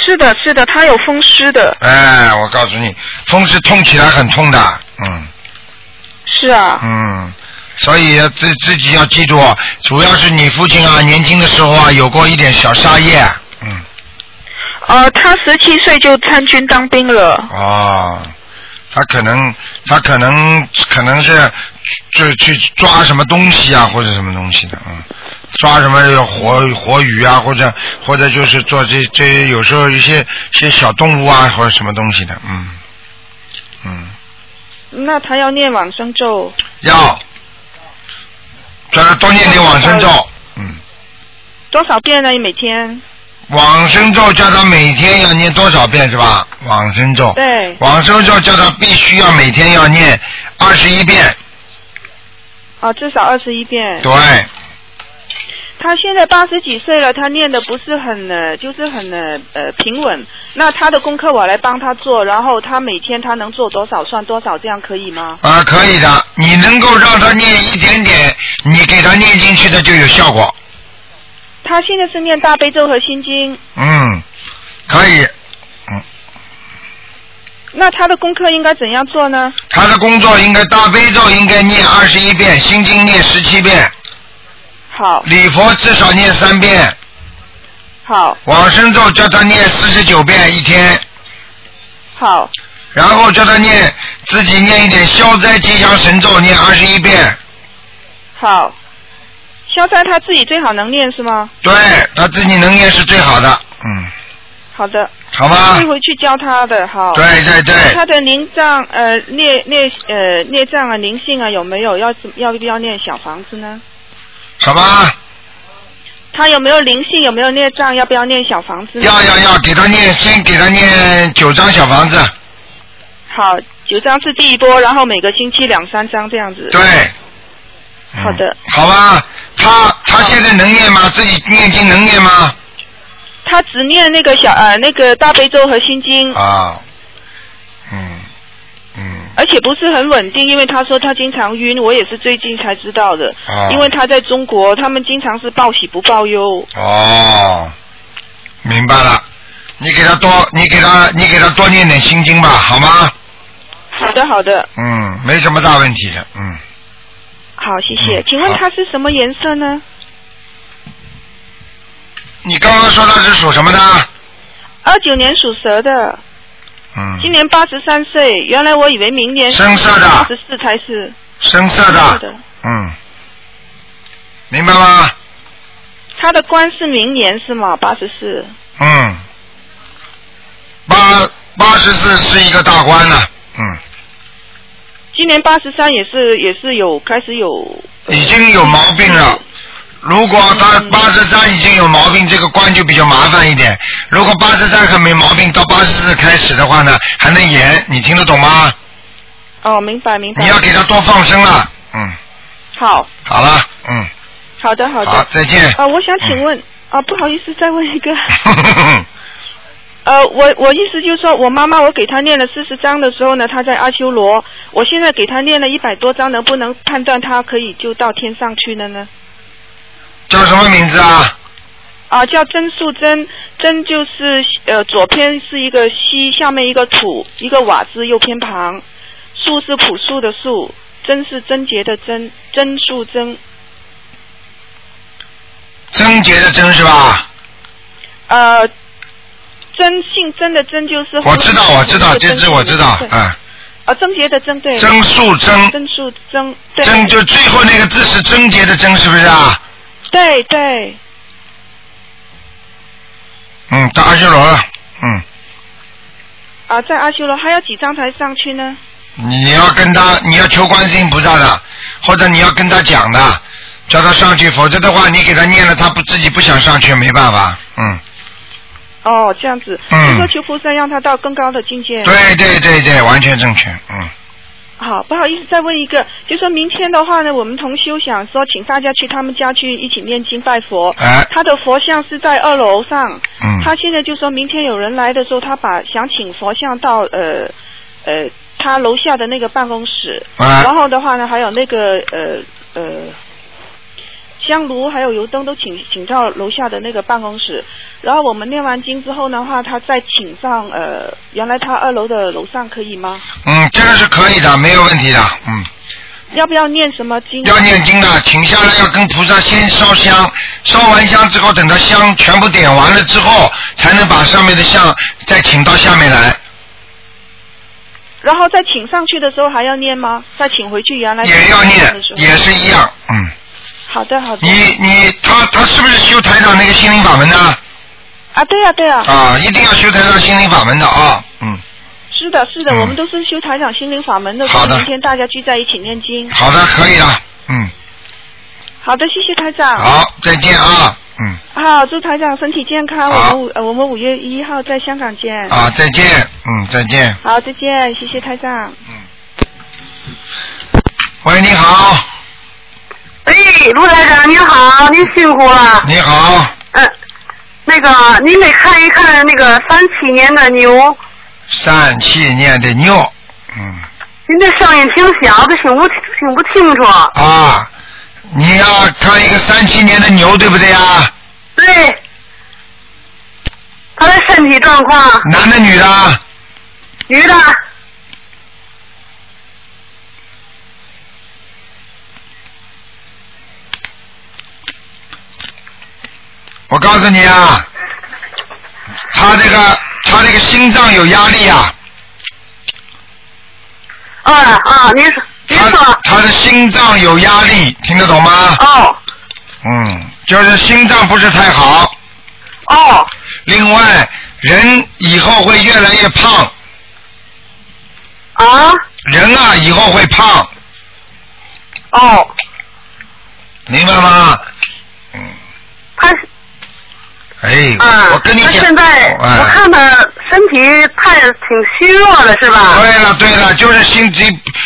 [SPEAKER 11] 是的，是的，他有风湿的。
[SPEAKER 1] 哎，我告诉你，风湿痛起来很痛的，嗯
[SPEAKER 11] 是啊，
[SPEAKER 1] 嗯，所以要自自己要记住，主要是你父亲啊，年轻的时候啊，有过一点小沙叶，
[SPEAKER 11] 呃，他十七岁就参军当兵了。
[SPEAKER 1] 哦，他可能他可能可能是就去抓什么东西啊，或者什么东西的，嗯，抓什么活活鱼啊，或者或者就是做这这有时候一些一些小动物啊，或者什么东西的，嗯嗯，
[SPEAKER 11] 那他要念往生咒。
[SPEAKER 1] 要叫他多念点往生咒，
[SPEAKER 11] 多少遍呢？每天？
[SPEAKER 1] 往生咒叫他每天要念多少遍是吧？往生咒，
[SPEAKER 11] 对
[SPEAKER 1] 哦往生咒叫他必须要每天要念二十一遍，
[SPEAKER 11] 啊，至少二十一遍。
[SPEAKER 1] 对。
[SPEAKER 11] 他现在八十几岁了，他念的不是很呃，就是很呃呃平稳。那他的功课我来帮他做，然后他每天他能做多少算多少，这样可以吗？
[SPEAKER 1] 啊，可以的，你能够让他念一点点，你给他念进去的就有效果。
[SPEAKER 11] 他现在是念大悲咒和心经，
[SPEAKER 1] 嗯，可以。
[SPEAKER 11] 那他的功课应该怎样做呢？
[SPEAKER 1] 他的工作应该大悲咒应该念二十一遍，心经念十七遍，
[SPEAKER 11] 好，
[SPEAKER 1] 礼佛至少念三遍，
[SPEAKER 11] 好，
[SPEAKER 1] 往生咒叫他念四十九遍一天，
[SPEAKER 11] 好，
[SPEAKER 1] 然后叫他念自己念一点消灾吉祥神咒，念二十一遍。
[SPEAKER 11] 好。消灾他自己最好能念是吗？
[SPEAKER 1] 对他自己能念是最好的，嗯
[SPEAKER 11] 好的。
[SPEAKER 1] 好吧
[SPEAKER 11] 我会回去教他的，好。
[SPEAKER 1] 对对对
[SPEAKER 11] 他的灵障，呃，孽孽呃孽障啊，灵性啊，有没有要怎要不要念小房子呢？
[SPEAKER 1] 什么？
[SPEAKER 11] 他有没有灵性？有没有孽障？要不要念小房子呢？
[SPEAKER 1] 要要要，给他念，先给他念九张小房子，
[SPEAKER 11] 好，九张是第一波，然后每个星期两三张这样子。
[SPEAKER 1] 对，
[SPEAKER 11] 好的，
[SPEAKER 1] 好吧？他他现在能念吗？自己念经能念吗？
[SPEAKER 11] 他只念那个小呃那个大悲咒和心经，
[SPEAKER 1] 啊，
[SPEAKER 11] 而且不是很稳定，因为他说他经常晕，我也是最近才知道的。
[SPEAKER 1] 哦
[SPEAKER 11] 因为他在中国，他们经常是报喜不报忧。
[SPEAKER 1] 哦，明白了。你给他多，你给他，你给他多念点心经吧，好吗？
[SPEAKER 11] 好的，好的，
[SPEAKER 1] 嗯，没什么大问题的，嗯，
[SPEAKER 11] 好，谢谢。
[SPEAKER 1] 嗯
[SPEAKER 11] 请问他是什么颜色呢？
[SPEAKER 1] 你刚刚说他是属什么的？
[SPEAKER 11] 二九年属蛇的，
[SPEAKER 1] 啊嗯，
[SPEAKER 11] 今年八十三岁。原来我以为明年
[SPEAKER 1] 深色的
[SPEAKER 11] 八十四才是。
[SPEAKER 1] 深色的，
[SPEAKER 11] 的。
[SPEAKER 1] 嗯，明白吗？
[SPEAKER 11] 他的官是明年是吗？八十四。
[SPEAKER 1] 嗯，八八十四是一个大关了，
[SPEAKER 11] 今年八十三也是也是有开始有
[SPEAKER 1] 已经有毛病了。如果他八十三已经有毛病，这个关就比较麻烦一点。如果八十三还没毛病，到八十四开始的话呢，还能延。你听得懂吗？
[SPEAKER 11] 哦，明白明白。
[SPEAKER 1] 你要给他多放生了。嗯，
[SPEAKER 11] 好。
[SPEAKER 1] 好了，嗯，
[SPEAKER 11] 好的，好的。
[SPEAKER 1] 好再见
[SPEAKER 11] 啊、我想请问，啊、不好意思，再问一个。
[SPEAKER 1] 嗯
[SPEAKER 11] 呃，我我意思就是说，我妈妈我给她念了四十章的时候呢，她在阿修罗，我现在给她念了一百多章，能不能判断她可以就到天上去了呢？
[SPEAKER 1] 叫什么名字啊？
[SPEAKER 11] 啊、叫曾素贞，贞就是呃左偏是一个西，下面一个土，一个瓦字右偏旁，树是朴素的树，贞是贞洁的贞，贞素贞。
[SPEAKER 1] 贞洁的贞是吧？
[SPEAKER 11] 呃，真姓真的真就是。
[SPEAKER 1] 我知道，我知道，这
[SPEAKER 11] 真
[SPEAKER 1] 只我知道，嗯，
[SPEAKER 11] 啊，贞洁的贞对。
[SPEAKER 1] 曾素贞
[SPEAKER 11] 曾素贞对。
[SPEAKER 1] 贞就最后那个字是贞洁的贞，是不是啊？
[SPEAKER 11] 对对，
[SPEAKER 1] 嗯，到阿修罗了，嗯。
[SPEAKER 11] 啊，在阿修罗还要几张才上去呢？
[SPEAKER 1] 你要跟他，你要求观世音菩萨的，或者你要跟他讲的，叫他上去，否则的话，你给他念了，他不自己不想上去，没办法，嗯，
[SPEAKER 11] 哦，这样子，
[SPEAKER 1] 嗯
[SPEAKER 11] 就说求菩萨让他到更高的境界。
[SPEAKER 1] 对对对对，完全正确，嗯，
[SPEAKER 11] 好，不好意思，再问一个，就说明天的话呢，我们同修想说，请大家去他们家去一起念经拜佛。
[SPEAKER 1] 哎
[SPEAKER 11] 他的佛像是在二楼上。
[SPEAKER 1] 嗯
[SPEAKER 11] 他现在就说明天有人来的时候，他把想请佛像到呃呃他楼下的那个办公室。
[SPEAKER 1] 哎
[SPEAKER 11] 然后的话呢，还有那个呃呃香炉还有油灯都请请到楼下的那个办公室。然后我们念完经之后的话，他再请上呃原来他二楼的楼上可以吗？
[SPEAKER 1] 嗯，这个是可以的，没有问题的，嗯，
[SPEAKER 11] 要不要念什么经？
[SPEAKER 1] 要念经的，请下来要跟菩萨先烧香，烧完香之后，等到香全部点完了之后，才能把上面的香再请到下面来，
[SPEAKER 11] 然后再请上去的时候还要念吗？再请回去原来也
[SPEAKER 1] 要念，也是一样，嗯。
[SPEAKER 11] 好的好的。
[SPEAKER 1] 你你他他是不是修台长那个心灵法门呢？
[SPEAKER 11] 啊，对呀、对呀、
[SPEAKER 1] 啊，一定要修台长心灵法门的啊，嗯，
[SPEAKER 11] 是的，是的，
[SPEAKER 1] 嗯
[SPEAKER 11] 我们都是修台长心灵法门的，
[SPEAKER 1] 好的
[SPEAKER 11] 所以明天大家聚在一起念经。
[SPEAKER 1] 好的，可以了，嗯，
[SPEAKER 11] 好的，谢谢台长。
[SPEAKER 1] 好，再见啊，嗯，
[SPEAKER 11] 好，祝台长身体健康。我们五呃我们五月一号在香港见。
[SPEAKER 1] 啊，再见，嗯，再见。
[SPEAKER 11] 好，再见，谢谢台长。
[SPEAKER 1] 喂，你好，
[SPEAKER 3] 哎，卢台长您好，您辛苦了。
[SPEAKER 1] 你好，
[SPEAKER 3] 那个，您得看一看那个三七年的牛，
[SPEAKER 1] 善气念的牛
[SPEAKER 3] 您这声音挺小的，听不听不清楚。
[SPEAKER 1] 啊，你要看一个三七年的牛，对不对啊？
[SPEAKER 3] 对，他的身体状况，
[SPEAKER 1] 男的女的？
[SPEAKER 3] 女的，
[SPEAKER 1] 我告诉你啊，他这个他这个心脏有压力啊。
[SPEAKER 3] 啊啊，您说，
[SPEAKER 1] 您说。他的心脏有压力，听得懂吗？
[SPEAKER 3] 哦。
[SPEAKER 1] 嗯，就是心脏不是太好。
[SPEAKER 3] 哦。
[SPEAKER 1] 另外，人以后会越来越胖。
[SPEAKER 3] 啊。
[SPEAKER 1] 人啊，以后会胖。
[SPEAKER 3] 哦。嗯
[SPEAKER 1] 明白吗？嗯
[SPEAKER 3] 他
[SPEAKER 1] 哎，
[SPEAKER 3] 啊，
[SPEAKER 1] 我跟你
[SPEAKER 3] 他
[SPEAKER 1] 讲，
[SPEAKER 3] 现在、
[SPEAKER 1] 哎
[SPEAKER 3] 我看他身体太挺虚弱了，是吧？
[SPEAKER 1] 对了对了，就是心体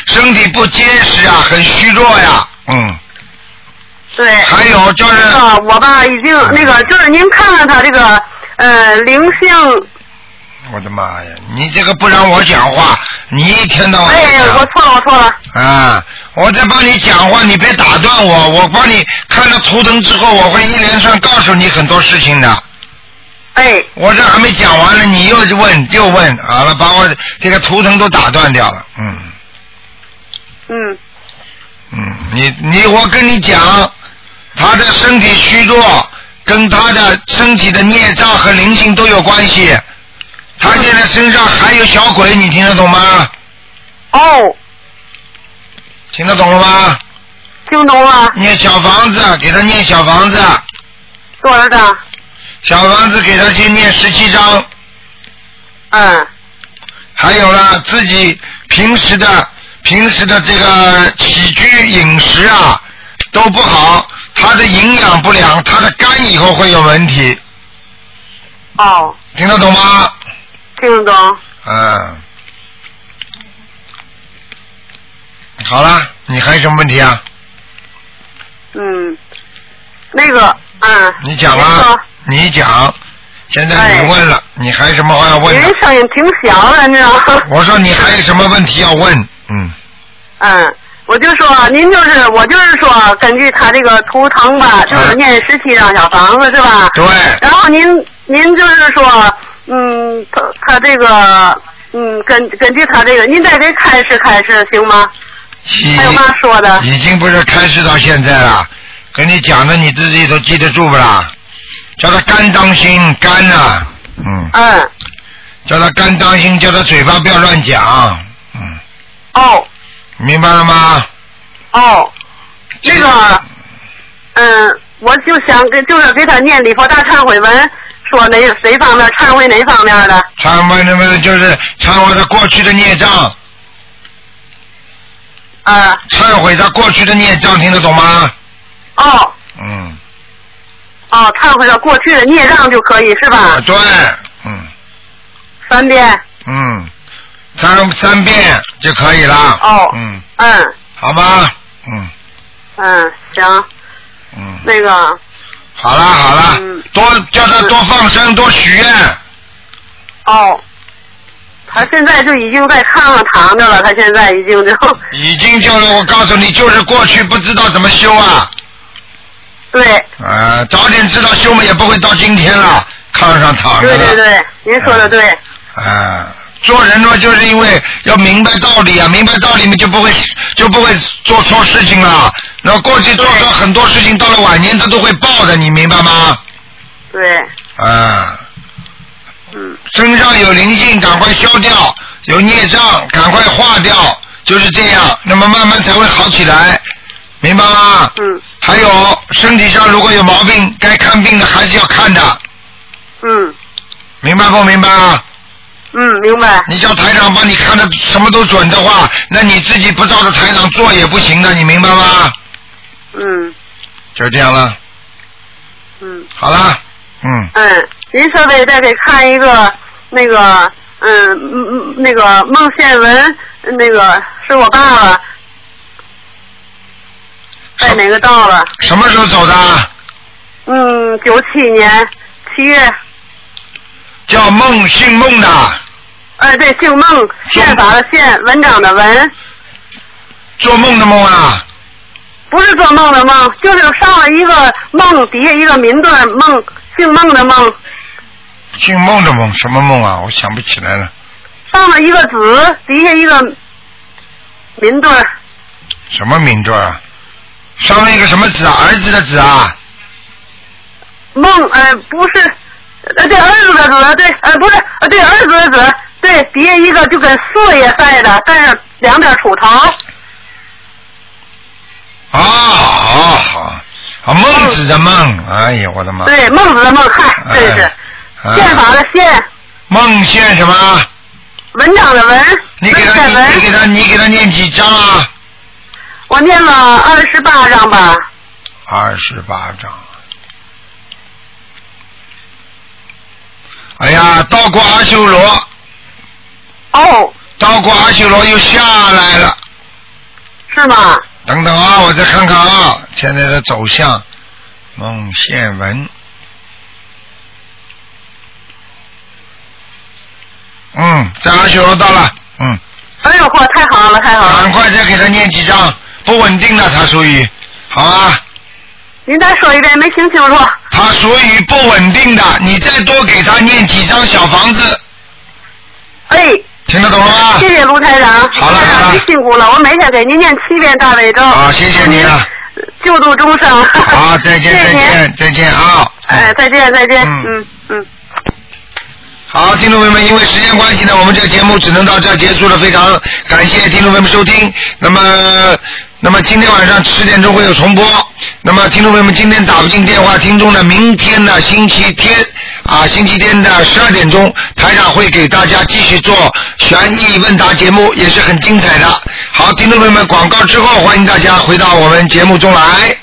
[SPEAKER 1] 身体不结实啊，很虚弱呀、嗯，
[SPEAKER 3] 对。
[SPEAKER 1] 还有就是嗯
[SPEAKER 3] 啊，我吧已经那个，就是您看看他这个呃灵性，
[SPEAKER 1] 哦我的妈呀，你这个不让我讲话，你一天到晚
[SPEAKER 3] 哎呀，
[SPEAKER 1] 讲
[SPEAKER 3] 我错了，我错了，
[SPEAKER 1] 啊，我在帮你讲话，你别打断我，我帮你看了图腾之后，我会一连串告诉你很多事情的。
[SPEAKER 3] 哎。
[SPEAKER 1] 我这还没讲完呢，你又问又问，好了，把我这个图腾都打断掉了，嗯。
[SPEAKER 3] 嗯。
[SPEAKER 1] 嗯，你你我跟你讲，他的身体虚弱跟他的身体的孽障和灵性都有关系。他现在身上还有小鬼，你听得懂吗？
[SPEAKER 3] 哦。
[SPEAKER 1] 听得懂了吗？
[SPEAKER 3] 听懂了。
[SPEAKER 1] 念小房子，给他念小房子，
[SPEAKER 3] 多少张？
[SPEAKER 1] 小房子给他去念十七章。
[SPEAKER 3] 嗯。
[SPEAKER 1] 还有啦，自己平时的平时的这个起居饮食啊都不好，他的营养不良，他的肝以后会有问题，
[SPEAKER 3] 哦，
[SPEAKER 1] 听得懂吗？
[SPEAKER 3] 听懂。
[SPEAKER 1] 嗯，好了，你还有什么问题啊？
[SPEAKER 3] 嗯，那个，嗯。
[SPEAKER 1] 你讲吧，你讲。现在你问了，
[SPEAKER 3] 哎
[SPEAKER 1] 你还有什么话要问
[SPEAKER 3] 您
[SPEAKER 1] 的？
[SPEAKER 3] 声音挺小的，你知道吗？
[SPEAKER 1] 我说你还有什么问题要问？
[SPEAKER 3] 嗯，我就说您就是我就是说，根据他这个图腾吧，就是念十七张小房子是吧？
[SPEAKER 1] 嗯对。
[SPEAKER 3] 然后您您就是说，嗯，他他这个，嗯，根根据他这个，您再给开示开示行吗？
[SPEAKER 1] 已
[SPEAKER 3] 还有嘛说的？
[SPEAKER 1] 已经不是开始到现在了，跟你讲的你自己都记得住不啦？叫他肝当心，肝呐、嗯。
[SPEAKER 3] 嗯。
[SPEAKER 1] 叫他肝当心，叫他嘴巴不要乱讲，嗯
[SPEAKER 3] 哦
[SPEAKER 1] 明白了吗？
[SPEAKER 3] 哦，这个，嗯，我就想给就是给他念礼佛大忏悔文，说哪谁方面忏悔哪方面的。
[SPEAKER 1] 忏悔那么就是忏悔他过去的孽障。
[SPEAKER 3] 啊。
[SPEAKER 1] 忏悔他过去的孽障，听得懂吗？
[SPEAKER 3] 哦
[SPEAKER 1] 嗯，
[SPEAKER 3] 哦，忏悔了过去的孽障就可以是吧？
[SPEAKER 1] 啊对，
[SPEAKER 3] 三遍。
[SPEAKER 1] 嗯，三三遍就可以了。
[SPEAKER 3] 哦
[SPEAKER 1] 嗯，
[SPEAKER 3] 嗯
[SPEAKER 1] 好吧，
[SPEAKER 3] 嗯，行。
[SPEAKER 1] 嗯。
[SPEAKER 3] 那个，嗯
[SPEAKER 1] 好啦好啦，多叫他多放生，多许愿。
[SPEAKER 3] 哦，他现在就已经在炕上躺着了，他现在已经就，
[SPEAKER 1] 已经就是我告诉你，就是过去不知道怎么修啊。
[SPEAKER 3] 对。
[SPEAKER 1] 呃，早点知道修嘛，也不会到今天了，炕上躺着
[SPEAKER 3] 对
[SPEAKER 1] 了。
[SPEAKER 3] 对对，您说的
[SPEAKER 1] 嗯
[SPEAKER 3] 对，
[SPEAKER 1] 啊，做人嘛，就是因为要明白道理啊，明白道理嘛，就不会就不会做错事情了。那过去做错很多事情，到了晚年他都会报的，你明白吗？
[SPEAKER 3] 对，
[SPEAKER 1] 啊，嗯，身上有灵性，赶快消掉；有孽障，赶快化掉，就是这样。那么慢慢才会好起来，明白吗？
[SPEAKER 3] 嗯。
[SPEAKER 1] 还有身体上如果有毛病，该看病的还是要看的，
[SPEAKER 3] 嗯
[SPEAKER 1] 明白不明白啊？
[SPEAKER 3] 嗯，明白。
[SPEAKER 1] 你叫台长帮你看的什么都准的话，那你自己不照着台长做也不行的，你明白吗？
[SPEAKER 3] 嗯
[SPEAKER 1] 就这样了，
[SPEAKER 3] 嗯
[SPEAKER 1] 好了，嗯，
[SPEAKER 3] 嗯，您说的再给看一个那个，嗯嗯嗯那个孟宪文，那个是我爸爸，在哪个道了？
[SPEAKER 1] 什么时候走的？
[SPEAKER 3] 嗯，九七年七月，
[SPEAKER 1] 叫孟，姓孟的，
[SPEAKER 3] 哎，对，姓孟，宪法的宪，文章的文，
[SPEAKER 1] 做梦的梦啊，
[SPEAKER 3] 不是做梦的梦，就是上了一个梦，底下一个民字儿孟，姓孟的孟，
[SPEAKER 1] 姓孟的孟，什么梦啊？我想不起来了，
[SPEAKER 3] 上了一个子，底下一个民字儿，
[SPEAKER 1] 什么名字啊？上了一个什么子啊？儿子的子啊？
[SPEAKER 3] 孟，呃，不是，呃，对，儿子的子，对，呃，不是，呃，对，儿子的子，对，底下一个就跟四爷赛的，但是两点土头，
[SPEAKER 1] 啊啊啊！啊，孟子的孟，哎呀，我的妈！
[SPEAKER 3] 对，孟子的孟，嗨，对是，
[SPEAKER 1] 哎
[SPEAKER 3] 宪法的宪，
[SPEAKER 1] 孟宪什么？
[SPEAKER 3] 文章的文，
[SPEAKER 1] 你给他，
[SPEAKER 3] 文
[SPEAKER 1] 你你给他，你给他念几张啊？
[SPEAKER 3] 我念了二十八章吧，
[SPEAKER 1] 二十八章。哎呀，到过阿修罗。
[SPEAKER 3] 哦。
[SPEAKER 1] 到过阿修罗又下来了。
[SPEAKER 3] 是吗？
[SPEAKER 1] 等等啊，我再看看啊，现在的走向，孟宪文。嗯，在阿修罗到了，嗯，
[SPEAKER 3] 哎呦嚯，太好了，太好了！
[SPEAKER 1] 赶快再给他念几张，不稳定的他属于，好啊。
[SPEAKER 3] 您再说一遍，没听清楚。
[SPEAKER 1] 他属于不稳定的，你再多给他念几张小房子。
[SPEAKER 3] 哎。
[SPEAKER 1] 听得懂了吗？
[SPEAKER 3] 谢谢卢台长，好了好了，您辛苦了，我每天给您念七遍大悲咒。呃
[SPEAKER 1] 啊，谢谢您了。
[SPEAKER 3] 救度众生。
[SPEAKER 1] 好，再 见嗯再见再见啊！
[SPEAKER 3] 哎，再见再见，嗯嗯。
[SPEAKER 1] 好，听众朋友们，因为时间关系呢，我们这个节目只能到这儿结束了。非常感谢听众朋友们收听。那么，那么今天晚上十点钟会有重播。那么，听众朋友们，今天打不进电话，听众呢，明天呢，星期天啊，星期天的十二点钟，台长会给大家继续做悬疑问答节目，也是很精彩的。好，听众朋友们，广告之后，欢迎大家回到我们节目中来。